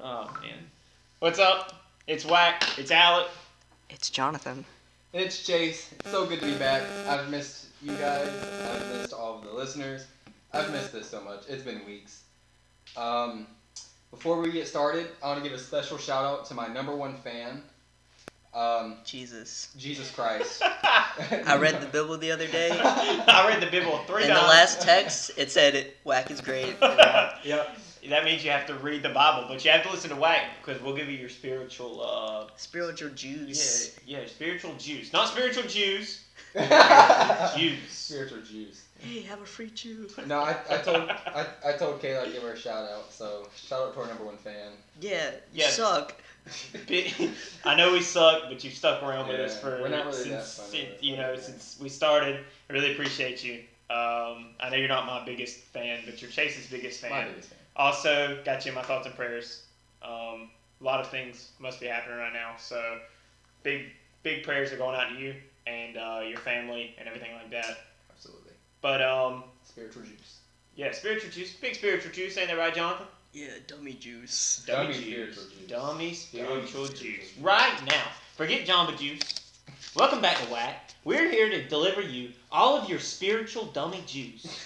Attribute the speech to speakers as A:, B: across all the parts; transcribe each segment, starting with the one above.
A: Oh man. What's up? It's Whack. It's Alec.
B: It's Jonathan.
C: It's Chase. It's so good to be back. I've missed you guys. I've missed all of the listeners. I've missed this so much. It's been weeks. Um, before we get started, I want to give a special shout out to my number one fan, um,
B: Jesus.
C: Jesus Christ.
B: I read the Bible the other day.
A: Oh I read the Bible three
B: In the
A: times.
B: last text, it said whack is great.
A: yep. That means you have to read the Bible, but you have to listen to Whack because we'll give you your spiritual, uh,
B: Spiritual
A: yeah,
B: juice.
A: yeah, spiritual juice. Not spiritual Jews, juice.
C: Spiritual juice.
B: Hey, have a free chew.
C: No, I, I told I, I told Kayla I'd give her a shout out. So shout out to our number one fan.
B: Yeah, you
A: Yeah.
B: suck.
A: Bi- I know we suck, but you've stuck around with us
C: Yeah,
A: for
C: we're not really that
A: since,
C: funny,
A: since-
C: but-
A: you know since we started. I really appreciate you. Um, I know you're not my biggest fan, but you're Chase's biggest fan.
C: My biggest fan.
A: Also, got you in my thoughts and prayers. Um, a lot of things must be happening right now, so big big prayers are going out to you and uh, your family and everything like that.
C: Absolutely.
A: But um,
C: Spiritual juice.
A: yeah, spiritual juice, big spiritual juice, ain't that right, Jonathan?
B: Yeah, dummy juice.
C: Dummy spiritual juice.
A: Dummy spiritual
C: Dummy spiritual
A: juice.
C: juice.
A: Right now, forget Jamba Juice. Welcome back to Whack. We're here to deliver you all of your spiritual dummy juice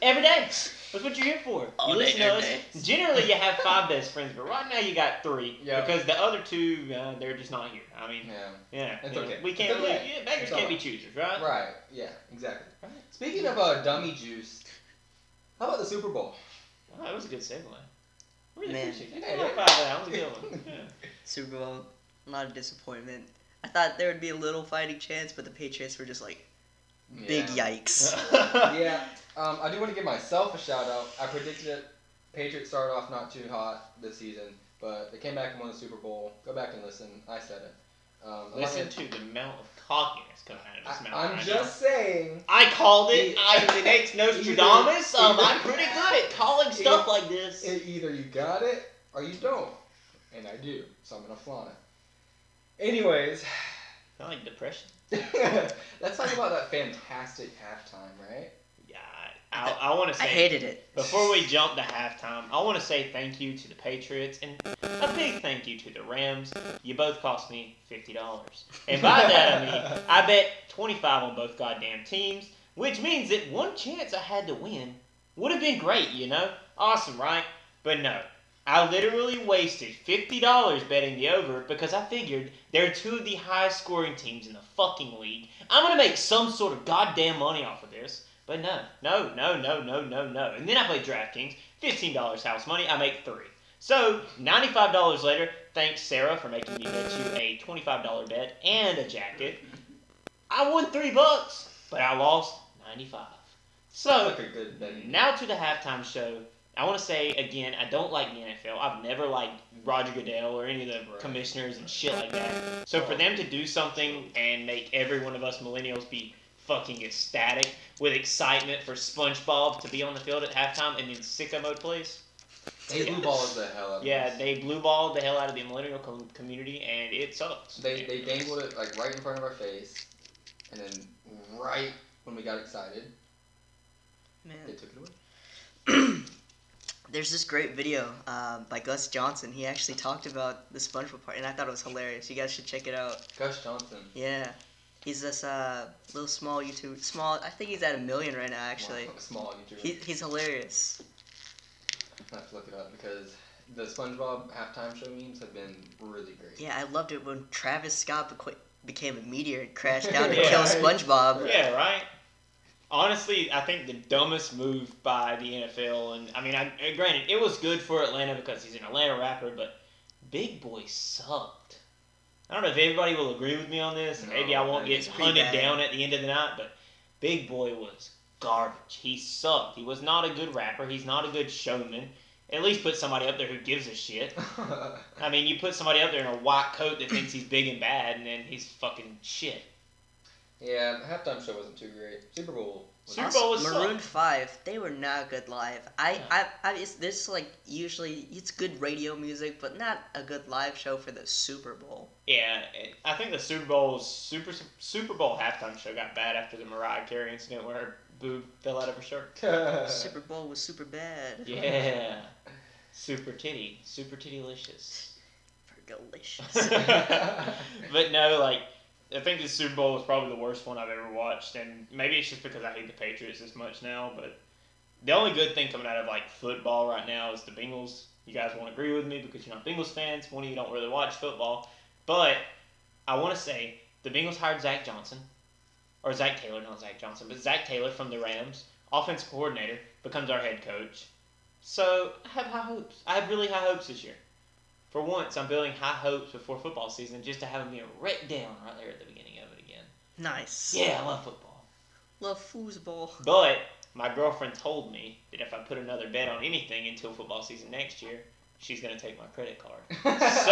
A: every day. That's what you're here for.
B: All
A: you
B: day,
A: listen to
B: every
A: us.
B: day.
A: Generally, you have five best friends, but right now you got three
C: Yeah.
A: because the other two uh, they're just not here. I mean,
C: Yeah.
A: yeah,
C: It's
A: you know,
C: okay.
A: we can't
C: It's
A: really.
C: okay.
A: Yeah, beggars
C: It's
A: can't
C: all
A: be
C: right.
A: choosers, right?
C: Right. Yeah. Exactly. Speaking of uh, dummy juice, how about the Super Bowl?
A: Oh, that was a good segue. Really
B: Man.
A: appreciate that.
C: Yeah.
A: High five for That was a good one. Yeah.
B: Super Bowl, a lot of disappointment. I thought there would be a little fighting chance, but the Patriots were just like big yikes.
C: yeah, um, I do want to give myself a shout out. I predicted it. Patriots started off not too hot this season, but they came back and won the Super Bowl. Go back and listen. I said it. Um, I'm not
A: Listen to the amount of cockiness coming out of
C: gonna-
A: his mouth.
C: I, am
A: right
C: just saying.
A: now. I called it.
C: He-
A: I predicts Nostradamus.
C: He-
A: Um,
C: he-
A: I'm pretty good at calling
C: He-
A: stuff like this.
C: It, either you got it or you don't, and I do, so I'm gonna flaunt it. Anyways,
A: Not like depression.
C: let's talk about that fantastic halftime, right?
A: Yeah, I, I, I want to
B: I
A: say.
B: hated it.
A: Before we jump to halftime, I want to say thank you to the Patriots and a big thank you to the Rams. You both cost me fifty dollars, and by that I mean I bet twenty-five on both goddamn teams, which means that one chance I had to win would have been great, you know, awesome, right? But no, I literally wasted fifty dollars betting the over because I figured they're two of the highest-scoring teams in the fucking league. I'm gonna make some sort of goddamn money off of this. But no, no, no, no, no, no, no. And then I play DraftKings, fifteen dollars house money. I make three. So ninety-five dollars later. Thanks, Sarah, for making me bet you a twenty-five dollar bet and a jacket. I won three bucks, but I lost ninety-five. So
C: Like a good betting.
A: now to the halftime show. I want to say again, I don't like the NFL. I've never liked Roger Goodell or any of the
C: Right.
A: commissioners and shit like that. So for them to do something and make every one of us millennials be fucking ecstatic with excitement for SpongeBob to be on the field at halftime and then sicko mode plays.
C: They
A: Yeah.
C: blue balls the hell out of
A: Yeah,
C: us.
A: they blue balled the hell out of the millennial com- community and it sucks.
C: They they dangled it like right in front of our face, and then right when we got excited, they
B: Man.
C: took it away.
B: There's this great video uh, by Gus Johnson. He actually talked about the SpongeBob part, and I thought it was hilarious. You guys should check it out.
C: Gus Johnson.
B: Yeah, he's this uh, little small YouTube small. I think he's at a million right now. Actually,
C: small YouTuber.
B: he, he's hilarious.
C: I have to look it up because the SpongeBob halftime show memes have been really great.
B: Yeah, I loved it when Travis Scott bequ- became a meteor and crashed down to
A: Yeah.
B: kill SpongeBob.
A: Yeah, right. Honestly, I think the dumbest move by the NFL, and I mean, I granted it was good for Atlanta because he's an Atlanta rapper, but Big Boy sucked. I don't know if everybody will agree with me on this, and maybe I
C: No,
A: won't get
B: it's pretty
A: hunted
B: bad.
A: down at the end of the night, but Big Boy was garbage. He sucked. He was not a good rapper. He's not a good showman. At least put somebody up there who gives a shit. I mean, you put somebody up there in a white coat that thinks he's big and bad, and then he's fucking shit.
C: Yeah, halftime show wasn't too great. Super Bowl. was-
A: Super Bowl was
B: Maroon Five. They were not good live. I,
A: Yeah.
B: I, I it's, this like usually it's good radio music, but not a good live show for the Super Bowl.
A: Yeah, and I think the Super Bowl's Super Super Bowl halftime show got bad after the Mariah Carey incident where her boob fell out of her shirt.
B: Super Bowl was super bad.
A: Uh-huh. Yeah, super titty, super tittylicious.
B: For delicious.
A: but no, like I think the Super Bowl was probably the worst one I've ever watched, and maybe it's just because I hate the Patriots as much now. But the only good thing coming out of like football right now is the Bengals. You guys won't agree with me because you're not Bengals fans. One of you don't really watch football, but I want to say the Bengals hired Zach Johnson, or Zach Taylor, not Zach Johnson, but Zach Taylor from the Rams, offensive coordinator, becomes our head coach. So I have high hopes. I have really high hopes this year. For once, I'm building high hopes before football season just to have them be wrecked down right there at the beginning of it again.
B: nice.
A: Yeah, I love football.
B: Love foosball.
A: But my girlfriend told me that if I put another bet on anything until football season next year, she's going to take my credit card. so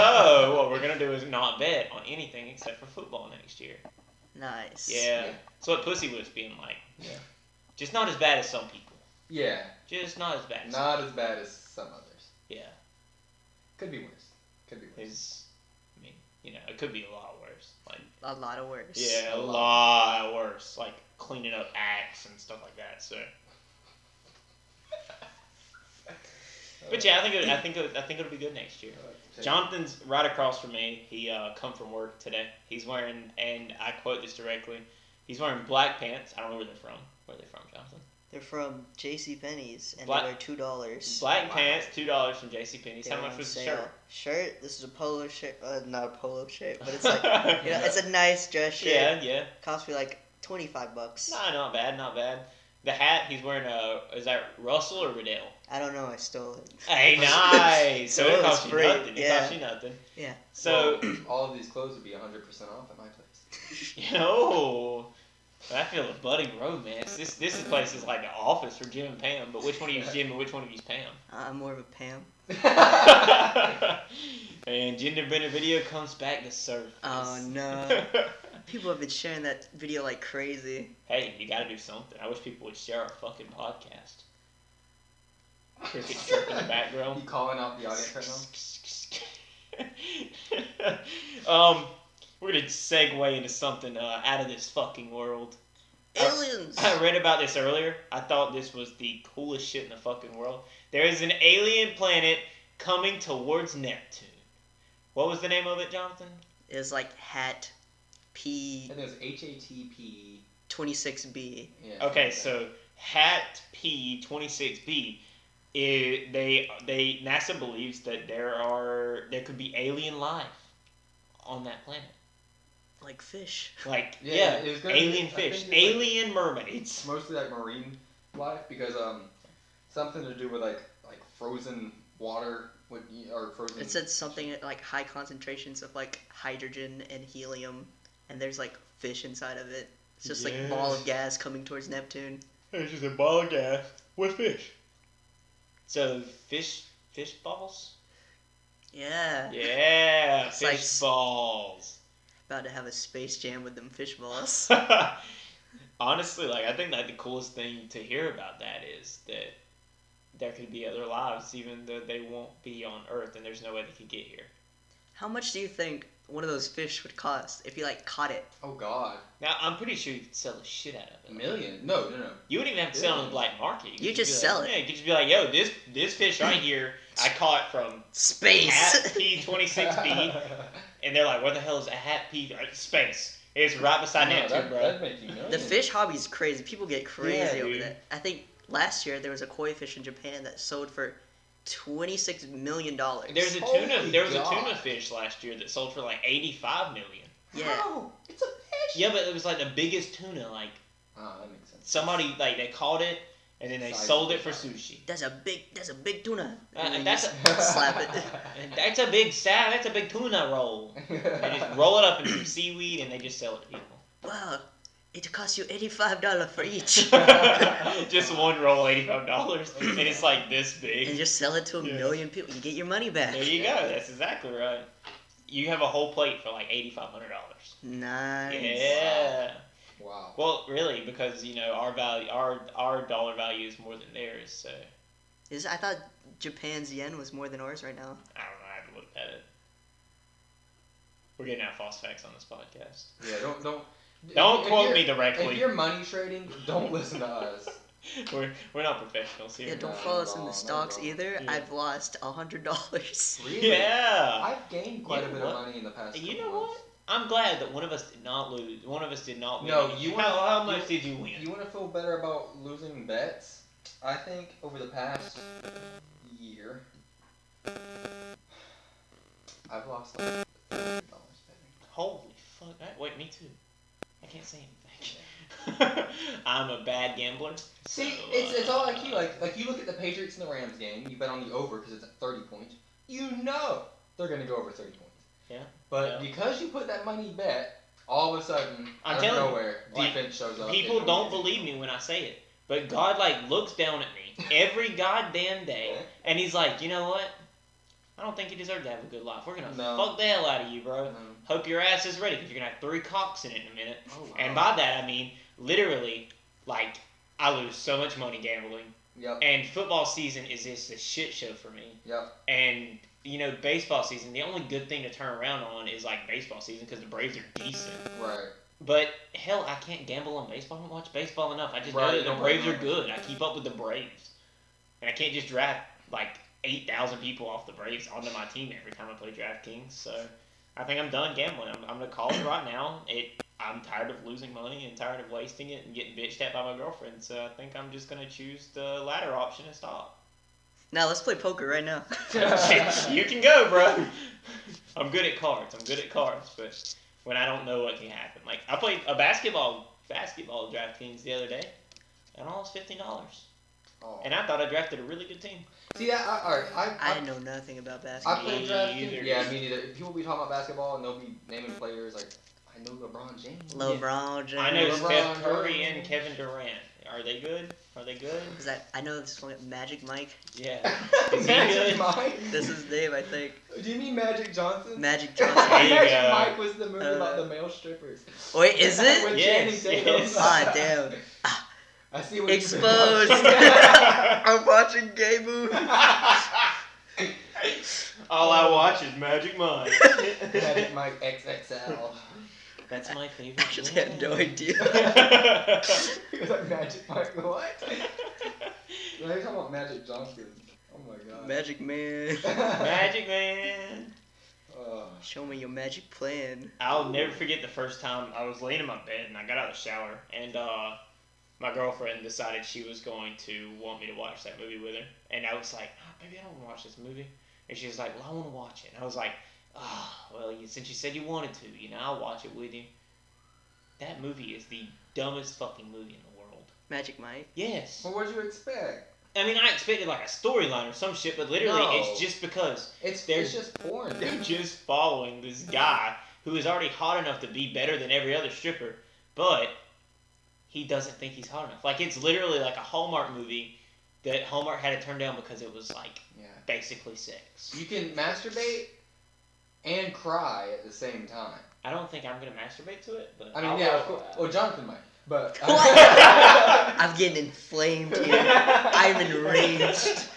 A: uh, what we're going to do is not bet on anything except for football next year.
B: Nice.
A: Yeah.
C: Yeah.
A: So what Pussy was being like.
C: Yeah.
A: Just not as bad as some people.
C: yeah,
A: Just not as bad as some
C: not as bad as some others.
A: Yeah.
C: Could be worse. Could be worse.
A: It's, I mean, you know, it could be a lot worse. Like,
B: A lot of worse.
A: Yeah, a
C: A
A: lot worse. Like cleaning up acts and stuff like that. So, but yeah, I think it, I think it, I think it'll be good next year. Jonathan's right across from me. He uh, come from work today. He's wearing, and I quote this directly. He's wearing black pants. I don't know where they're from. Where are they from, Jonathan?
B: They're from J.C. Penney's and
A: Black-
B: they were two dollars.
A: Black
C: Wow.
A: pants, two dollars from J.C. Penney's. How much was the shirt?
B: Shirt. This is a polo shirt. Uh, not a polo shirt, but it's like you know, it's a nice dress shirt.
A: yeah, yeah.
B: Cost me like twenty five bucks.
A: Nah, not bad, not bad. The hat he's wearing. Uh, is that Russell or Riddell?
B: I don't know. I stole it.
A: Hey, nice. so it
B: Clothes
A: cost you
B: free,
A: nothing. It
B: yeah.
A: cost you nothing.
B: Yeah.
A: So
C: Well, all of these clothes would be 100% off at my place.
A: you know, I feel a budding romance. This this is place is like the office for Jim and Pam. But which one of you's Jim and which one of you's
B: I'm more of a Pam.
A: Pam? and gender bender video comes back to surface.
B: Oh no. People have been sharing that video like crazy.
A: hey, you gotta do something. I wish people would share our fucking podcast. Cricket chirp in the
C: you
A: background.
C: calling out the audience right now?
A: um, we're gonna segue into something uh, out of this fucking world. Uh,
B: Aliens.
A: I read about this earlier. I thought this was the coolest shit in the fucking world. There is an alien planet coming towards Neptune. What was the name of it, Jonathan?
B: Is like hat P
C: I think it was HATP.
B: twenty six B.
C: Yeah,
A: Okay,
C: something
A: so Hat P twenty six B. They they NASA believes that there are there could be alien life on that planet.
B: Like fish.
A: Like
C: Yeah,
A: yeah,
C: it was gonna be-
A: alien
C: I think
A: fish,
C: it's like-
A: alien
C: like
A: mermaids.
C: that. Mostly like marine life because um, something to do with like like frozen water would or frozen.
B: It said something like high concentrations of like hydrogen and helium, and there's like fish inside of it. It's just like ball of gas coming towards Neptune.
A: It's just a ball of gas with fish. So fish fish balls.
B: Yeah.
A: Yeah,
B: It's
A: fish
B: like-
A: balls.
B: About to have a space jam with them fish balls.
A: Honestly, like I think like the coolest thing to hear about that is that there could be other lives, even though they won't be on Earth, and there's no way they could get here.
B: How much do you think one of those fish would cost if you like caught it?
C: Oh God,
A: Now I'm pretty sure you could sell the shit out of
C: a
A: it.
C: million? No, no, no.
A: You wouldn't even have to sell it on the black market.
B: You
A: could
B: just
A: be like-
B: sell it.
A: Yeah, you could just be like, "Yo, this this fish right here, I caught from at
B: Space.
A: P twenty six B," and they're like, "What the hell is a hat P uh, space? It's right beside
C: No,
A: Neptune,
C: that,
A: bro."
C: that'd make you millions.
B: The fish hobby is crazy. People get crazy
A: Yeah,
B: over
A: dude.
B: that. I think last year there was a koi fish in Japan that sold for twenty six million dollars.
A: There's a
C: Holy
A: tuna. There was a
C: God.
A: tuna fish last year that sold for like eighty five million.
B: yeah.
C: How? It's a fish.
A: Yeah, but it was like the biggest tuna. Like
C: Oh, that makes sense.
A: somebody like they caught it and then they
C: Size
A: sold
C: of
A: it for
C: the
A: sushi.
B: That's a big that's a big tuna.
A: Uh,
B: And then you
A: that's
B: just
C: a-
B: slap it.
A: And that's a big salad. That's a big tuna roll. They just roll it up in some seaweed and they just sell it to people.
B: Wow. It costs you eighty five dollars for each.
A: just one roll, eighty five dollars, and it's like this
B: and
A: big.
B: just sell it to a
A: Yeah.
B: million people. You get your money back.
A: There you go. That's exactly right. You have a whole plate for like eighty five hundred dollars.
B: Nice.
A: Yeah.
C: Wow.
A: Well, really, because you know our value, our our dollar value is more than theirs. So
B: Is I thought Japan's yen was more than ours right now.
A: I don't know. I have to look at it. We're getting out false facts on this podcast.
C: Yeah. Don't don't.
A: Don't
C: if
A: quote
C: you're-
A: me
C: If
A: directly.
C: you're money trading, don't listen to us.
A: We're, we're not professionals
B: Yeah,
A: here.
B: don't
C: not
B: follow us in
C: wrong,
B: the
C: not
B: stocks
C: wrong.
B: either.
A: Yeah.
B: I've lost a hundred dollars.
C: Really?
A: Yeah.
C: I've gained quite
A: You
C: a
A: know
C: bit
A: what?
C: of money in the past.
A: you
C: couple
A: know
C: months.
A: what? I'm glad that one of us did not lose. One of us did not win.
C: No, you
A: how,
C: wanna-
A: how
C: you-
A: much did you win?
C: You want to feel better about losing bets? I think over the past year, I've lost like $30 betting.
A: Holy fuck! I, wait, me too. I can't say anything. I'm a bad gambler.
C: See,
A: so,
C: it's, it's all
A: uh,
C: like you. Like, like you look at the Patriots and the Rams game, you bet on the over because it's at 30 points. You know they're going to go over 30 points.
A: Yeah.
C: But
A: Yeah.
C: because you put that money bet, all of a sudden,
A: I'm
C: out of
A: telling you,
C: nowhere,
A: the-
C: defense shows up.
A: People
C: and-
A: don't believe me when I say it, but God like looks down at me every goddamn day, and He's like, you know what? I don't think you deserve to have a good life. We're gonna
C: No.
A: fuck the hell out of you, bro.
C: Um,
A: Hope your ass is ready because you're gonna have three cocks in it in a minute.
C: oh, wow.
A: And by that I mean literally, like I lose so much money gambling,
C: Yep.
A: and football season is just a shit show for me.
C: Yep.
A: And you know, baseball season, the only good thing to turn around on is like baseball season because the Braves are decent.
C: Right.
A: But hell, I can't gamble on baseball. I don't watch baseball enough. I just
C: Right,
A: know
C: you
A: that the
C: don't
A: Braves
C: know.
A: are good. I keep up with the Braves, and I can't just draft like eight thousand people off the Braves onto my team every time I play DraftKings. So I think I'm done gambling. I'm, I'm gonna call it right now. It. I'm tired of losing money and tired of wasting it and getting bitched at by my girlfriend. So I think I'm just gonna choose the latter option and stop.
B: Now let's play poker right now.
A: you can go, bro. I'm good at cards. I'm good at cards, but when I don't know what can happen, like I played a basketball basketball DraftKings the other day, and I lost fifteen dollars,
C: Oh.
A: and I thought I drafted a really good team.
C: See, I, I, all right, I,
B: I know nothing about
C: I, I
B: basketball.
C: play
A: Me either.
C: DraftKings. Yeah, me neither. People be talking about basketball and they'll be naming players like, I know LeBron James.
B: LeBron James.
A: I know
C: LeBron
A: Steph Curry and
C: James.
A: Kevin Durant. Are they good? Are they good?
B: Is that I know this one Magic Mike.
A: Yeah. Is he good?
C: Magic Mike.
B: This is Dave, I think.
C: Do you mean Magic Johnson?
B: Magic
A: There you
B: Johnson.
C: Magic
A: go.
C: Mike was the movie about
B: Uh,
C: the male strippers.
B: Wait, is it?
C: With
A: Yes,
C: Channing Tatum.
A: yes.
B: Ah, damn.
C: I see what you've been
B: Exposed.
C: watching.
B: I'm watching gay movies.
A: All I watch is Magic Mike.
C: Magic Mike XXL.
A: That's my favorite.
B: Actually, I had no idea.
A: idea.
C: He was like, Magic Mike, what? Now you're talking about Magic Johnson. Oh my god.
B: Magic Man.
A: Magic Man.
C: Oh.
B: Show me your magic plan.
A: I'll never forget the first time I was laying in my bed and I got out of the shower and uh, my girlfriend decided she was going to want me to watch that movie with her and I was like, "Ah, baby, I don't want to watch this movie. And she was like, well, I want to watch it. And I was like, ah, well, you, since you said you wanted to, you know, I'll watch it with you. That movie is the dumbest fucking movie in the world.
B: Magic Mike.
A: Yes.
C: Well, what'd you expect?
A: I mean, I expected like a storyline or some shit, but literally,
C: No.
A: it's just because
C: It's
A: There's-
C: it's just porn.
A: They're just following this guy who is already hot enough to be better than every other stripper, but he doesn't think he's hot enough. Like it's literally like a Hallmark movie that Hallmark had to turn down because it was like
C: Yeah.
A: basically sex.
C: You can masturbate and cry at the same time.
A: I don't think I'm gonna masturbate to it, but
C: I mean,
A: I'll
C: yeah,
A: roll
C: of course.
A: with
C: Well, Jonathan might, but
A: What?
B: I'm getting inflamed here.
A: that.
B: I'm enraged.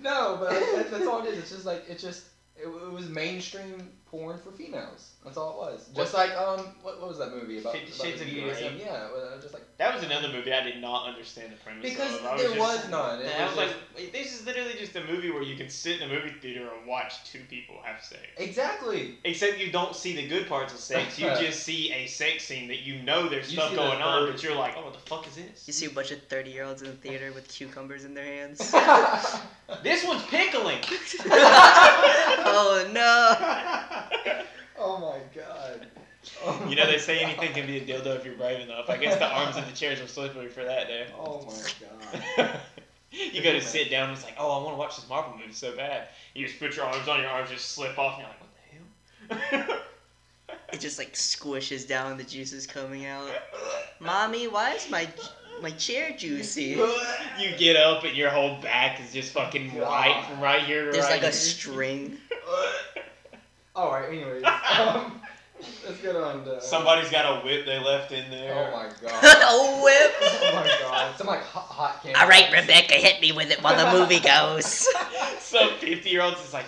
C: no, but that's, that's all it is. It's just like it's just it, it was mainstream porn for females. That's all it was. Just like um, what, what was that movie about?
A: Fifty
C: about
A: Shades
C: the
A: of
C: BDSM?
A: Grey.
C: Yeah, well, just like
A: that was another movie I did not understand the premise
C: because
A: of. I
C: there
A: just-
C: was none. It
A: And I was
C: was
A: like,
C: just-
A: wait, this is literally just a movie where you can sit in a movie theater and watch two people have sex.
C: exactly.
A: Except you don't see the good parts of sex. You just see a sex scene that you know there's
C: You
A: stuff
C: see the
A: going on,
C: bird.
A: but you're like, oh, what the fuck is
B: You
A: this?
B: see a bunch of 30 year olds in the theater with cucumbers in their hands.
A: This one's pickling.
B: oh no!
C: oh my god. Oh
A: you know
C: my
A: they say
C: God.
A: anything can be a dildo if you're brave enough. I guess the arms of the chairs are slippery for that there.
C: Oh my god.
A: you go to sit down and it's like, oh, I want to watch this Marvel movie so bad. You just put your arms on your arms, just slip off, and you're like, what the hell?
B: It just like squishes down, the juices coming out. Mommy, why is my my chair juicy?
A: you get up and your whole back is just fucking white from right here to
B: There's
A: right
B: like a
A: here.
B: string.
C: All right. Anyways. Um, Let's get on to.
D: Somebody's got a whip they left in
C: Oh
D: there.
C: my god.
B: oh whip.
C: oh my god. Some like hot, hot candy.
B: All right, Rebecca, hit me with it while the movie goes.
C: Oh
A: Some 50 year olds is like,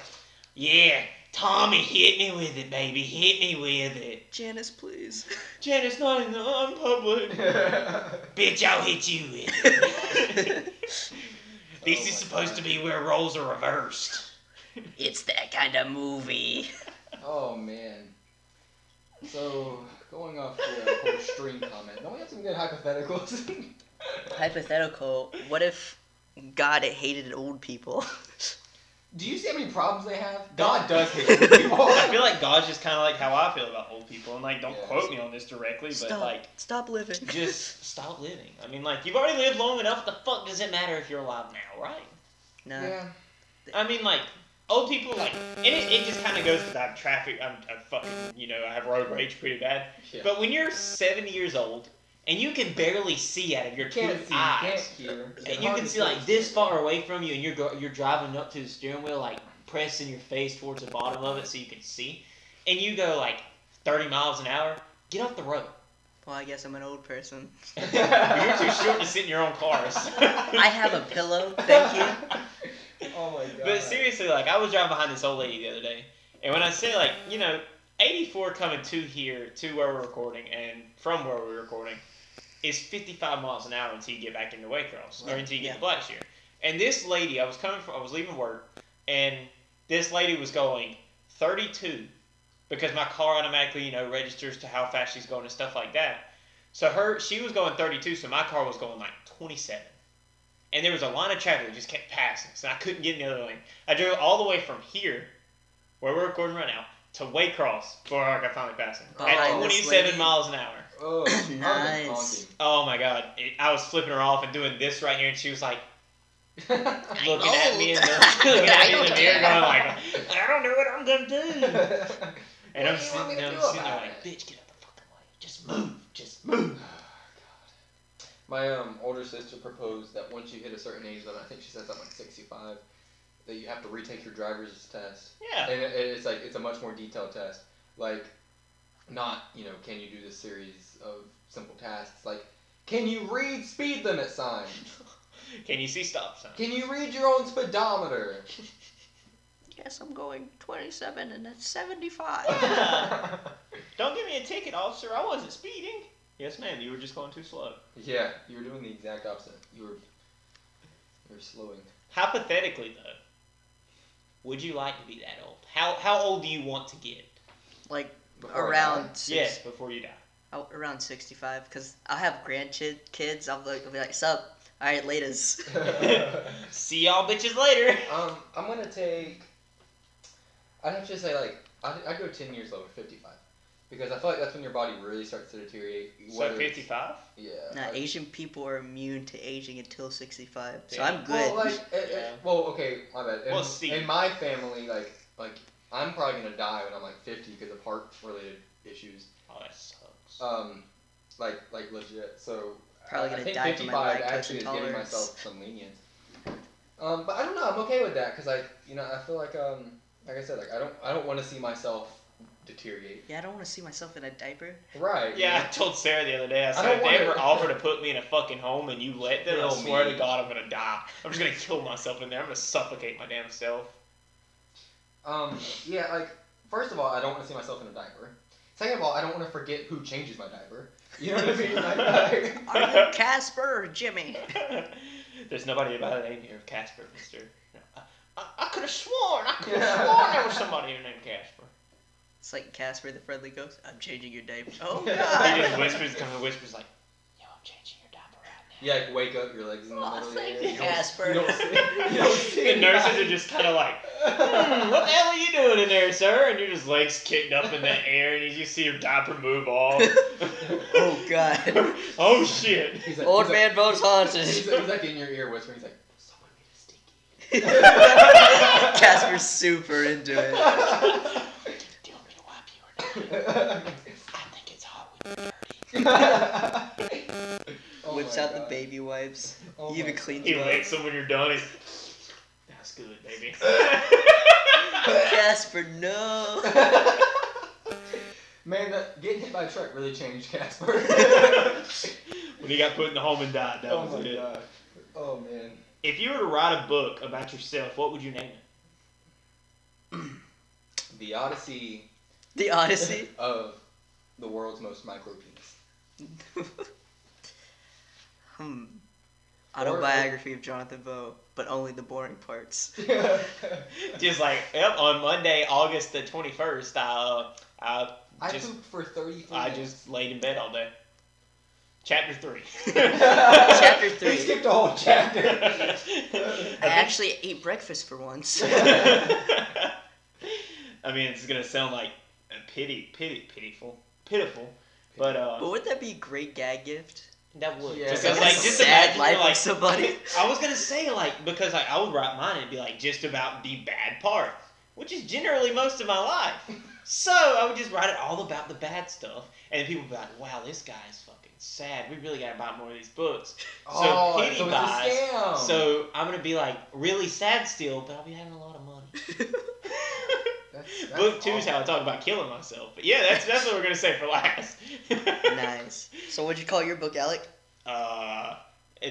A: yeah, Tommy, hit me with it, baby. Hit me with it.
B: Janice, please.
A: Janice, not in the I'm public. Bitch, I'll hit you with it. this
C: Oh
A: is
C: my
A: supposed
C: God.
A: to be where roles are reversed.
B: It's that kind of movie.
C: Oh man. So going off the uh, whole string comment, don't we have some good hypotheticals?
B: Hypothetical, what if God hated old people?
C: Do you see how many problems they have? God does hate people.
A: I feel like God's just kind of like how I feel about old people, and like, don't
C: Yeah.
A: quote me on this directly, but
B: Stop.
A: like,
B: Stop living.
A: just stop living. I mean, like, you've already lived long enough. The fuck does it matter if you're alive now, right?
B: Nah.
C: yeah.
A: I mean, like, old people, like, and it, it just kind of goes because I have traffic, I'm, I'm fucking, you know, I have road rage pretty bad.
C: yeah.
A: But when you're 70 years old and you can barely see out of your
C: you
A: two
C: can't see, you can't
A: eyes,
C: hear.
A: and you can
C: hardly
A: see, like, this far away from you, and you're, go- you're driving up to the steering wheel, like, pressing your face towards the bottom of it so you can see, and you go, like, 30 miles an hour, get off the road.
B: Well, I guess I'm an old person.
A: You're too short to sit in your own cars.
B: I have a pillow, thank you.
C: Oh my god.
A: But seriously, like I was driving behind this old lady the other day, and when I say like you know, eighty four coming to here to where we're recording and from where we're recording is fifty five miles an hour until you get back into Waycross or
B: Right,
A: until you get
B: yeah.
A: to Blackshear. And this lady, I was coming from, I was leaving work, and this lady was going thirty two because my car automatically you know registers to how fast she's going and stuff like that. So her she was going 32, so my car was going like 27. And there was a line of traffic that just kept passing, so I couldn't get in the other lane. I drove all the way from here, where we're recording right now, to Waycross before I got finally passing at
B: Behind this
A: 27
B: lady?
A: miles an hour.
C: oh, I'm
B: Nice.
C: honking.
A: Oh my god! It, I was flipping her off and doing this right here, and she was like looking at me in the, looking at me in the mirror, going like, "I don't know what I'm gonna do." And
C: What
A: I'm
C: do you
A: sitting,
C: want me to
A: there- I'm sitting
C: do
A: there
C: about
A: like,
C: it?
A: "Bitch, get out the fucking way! Just move! Just move!"
C: My um, older sister proposed that once you hit a certain age, that I think she said something like 65, that you have to retake your driver's test.
A: Yeah.
C: And it, it's like it's a much more detailed test. Like, not you know, can you do this series of simple tasks? Like, can you read speed limit signs?
A: Can you see stop signs?
C: Can you read your own speedometer?
B: Yes, I'm going 27 and that's 75.
C: yeah.
A: Yeah. Don't give me a ticket, officer. I wasn't speeding. Yes, ma'am. You were just going too slow.
C: you were doing the exact opposite. You were, you were slowing.
A: Hypothetically, though, would you like to be that old? How how old do you want to get?
B: like
C: before I died.
B: around six,
A: Yes, before you die.
B: oh, around 65 cuz I'll have grandkid kids. I'll, like, I'll be like, "Sup? All right, laters."
A: See y'all bitches later.
C: um, I'm gonna take. I'd have to say like I'd, I'd go ten years lower, fifty-five, because I feel like that's when your body really starts to deteriorate.
A: So
C: whether it's-
A: fifty five.
C: Yeah.
B: Now,
C: like-
B: Asian people are immune to aging until 65, so
A: Damn.
B: I'm
C: Well,
B: good.
C: like, eh, eh,
A: Yeah.
C: well, okay, my bad. In,
A: Well, see.
C: in my family, like, like I'm probably gonna die when I'm like 50 because of heart-related issues.
A: Oh, that sucks.
C: Um, like, like legit. So
B: Probably
C: I- I
B: gonna
C: think
B: die from
C: 55
B: my lactose
C: actually is giving
B: intolerance.
C: myself some lenience. Um, but I don't know. I'm okay with that because, like, you know, I feel like, um, like I said, like I don't, I don't want to see myself deteriorate.
B: yeah, I don't want to see myself in a diaper.
C: Right.
A: yeah, I told Sarah the other day. I said,
C: don't
A: if they
C: wanna-
A: ever offer to put me in a fucking home and you let them, I
C: Kill
A: swear
C: me.
A: to God, I'm gonna die. I'm just gonna kill myself in there. I'm gonna suffocate my damn self.
C: Um, yeah, like, first of all, I don't want to see myself in a diaper. Second of all, I don't want to forget who changes my diaper. You know what I mean? Like, like,
B: Are you Casper or Jimmy?
A: There's nobody by the name here of Casper, Mister. No, I, I, I could have sworn. I could have
C: Yeah.
A: sworn there was somebody here named Casper.
B: It's like Casper the Friendly Ghost. I'm changing your diaper. Oh
A: He
B: God!
A: just whispers, comes and whispers like, "Yo, I'm changing your diaper right
C: yeah, like, wake up, your legs in the
B: Aw,
C: middle of the
B: thank
C: air.
B: you,
C: You don't-
B: Casper.
C: You don't see, you don't see
A: now." The nurses are just kind of like, "Hmm, "What the hell are you doing in there, sir?" And you're just legs kicked up in the air, and you just see your diaper move off.
B: oh God!
A: oh shit!
C: He's like,
B: Old
C: he's
B: man votes
C: Like, he's,
B: haunted.
C: like, he's like in your ear whispering. He's like, someone made a sticky.
B: Casper's super into it.
A: Do you want me to wipe you or not? I think it's hot. When you're dirty.
C: Oh
B: Whips
C: my
B: out the
C: God.
B: baby wipes.
C: Oh
B: He even
C: my
B: cleans
A: He
B: them up.
A: licks them when you're done. He's, that's good, baby.
B: Casper, no.
C: Man, Man, that getting hit by a truck really changed Casper.
A: when he got put in the home and died, that
C: oh
A: was
C: my
A: it.
C: god. Oh man.
A: If you were to write a book about yourself, what would you name it?
C: The Odyssey
B: The Odyssey.
C: of the world's most micro penis.
B: hmm. Autobiography of Jonathan Bow, but only the boring parts.
A: Just like yep, on Monday, August the twenty first, I uh, I
C: I
A: just
C: pooped for 33
A: I
C: minutes.
A: just laid in bed all day. Chapter three.
B: Chapter
C: We
B: three.
C: skipped a whole chapter.
A: I
B: I
A: think-
B: actually ate breakfast for once.
A: I mean, it's gonna sound like a pity, pity, pitiful, pitiful, but uh,
B: but would that be a great gag gift?
A: that would
C: Yeah.
A: because
C: That's
A: like
C: a
A: just
B: sad
A: imagine
B: life
A: you're, like
B: of somebody.
A: I was gonna say like because like I would write mine and be like just about the bad part, which is generally most of my life. So I would just write it all about the bad stuff, and people would be like, "Wow, this guy is fucking sad. We really gotta buy more of these books."
C: oh,
A: pity
C: so it's
A: buys.
C: a scam.
A: So I'm gonna be like really sad still, but I'll be having a lot of money.
C: That's- that's
A: Book two is how I
C: awful.
A: talk about killing myself. But yeah, that's that's what we're gonna say for last.
B: nice. So what'd you call your book, Alec?
A: Uh,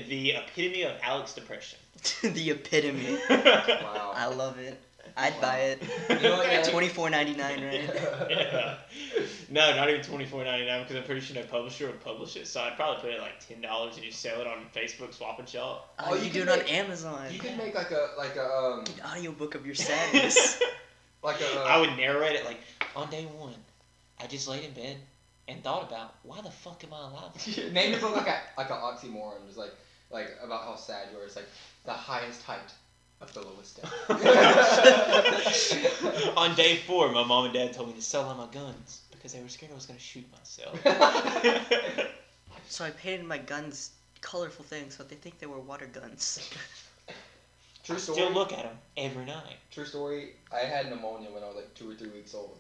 A: the epitome of Alex depression.
B: the epitome.
C: Wow.
B: I love it. I'd buy it.
C: You know what, guys?
B: Twenty four ninety nine, right?
A: Yeah. No, not even twenty four ninety nine because I'm pretty sure no publisher would publish it. So I'd probably put it at, like ten dollars and just sell it on Facebook Swap and Shop.
B: Oh,
C: Oh,
B: you,
C: you
B: do it
C: can
B: on
C: make-
B: Amazon.
C: You could make like a like a um
B: An audiobook of your sadness.
C: like uh, a
A: I would narrate it like on day one, I just laid in bed and thought about why the fuck am I alive?
C: name your book like a like an oxymoron, just like like about how sad you are. It's like the highest height of the lowest depth.
A: on day four, my mom and dad told me to sell all my guns because they were scared I was gonna shoot myself.
B: so I painted my guns colorful things, but they think they were water guns.
C: True
A: I
C: story.
A: Still look at them every night.
C: True story. I had pneumonia when I was like two or three weeks old.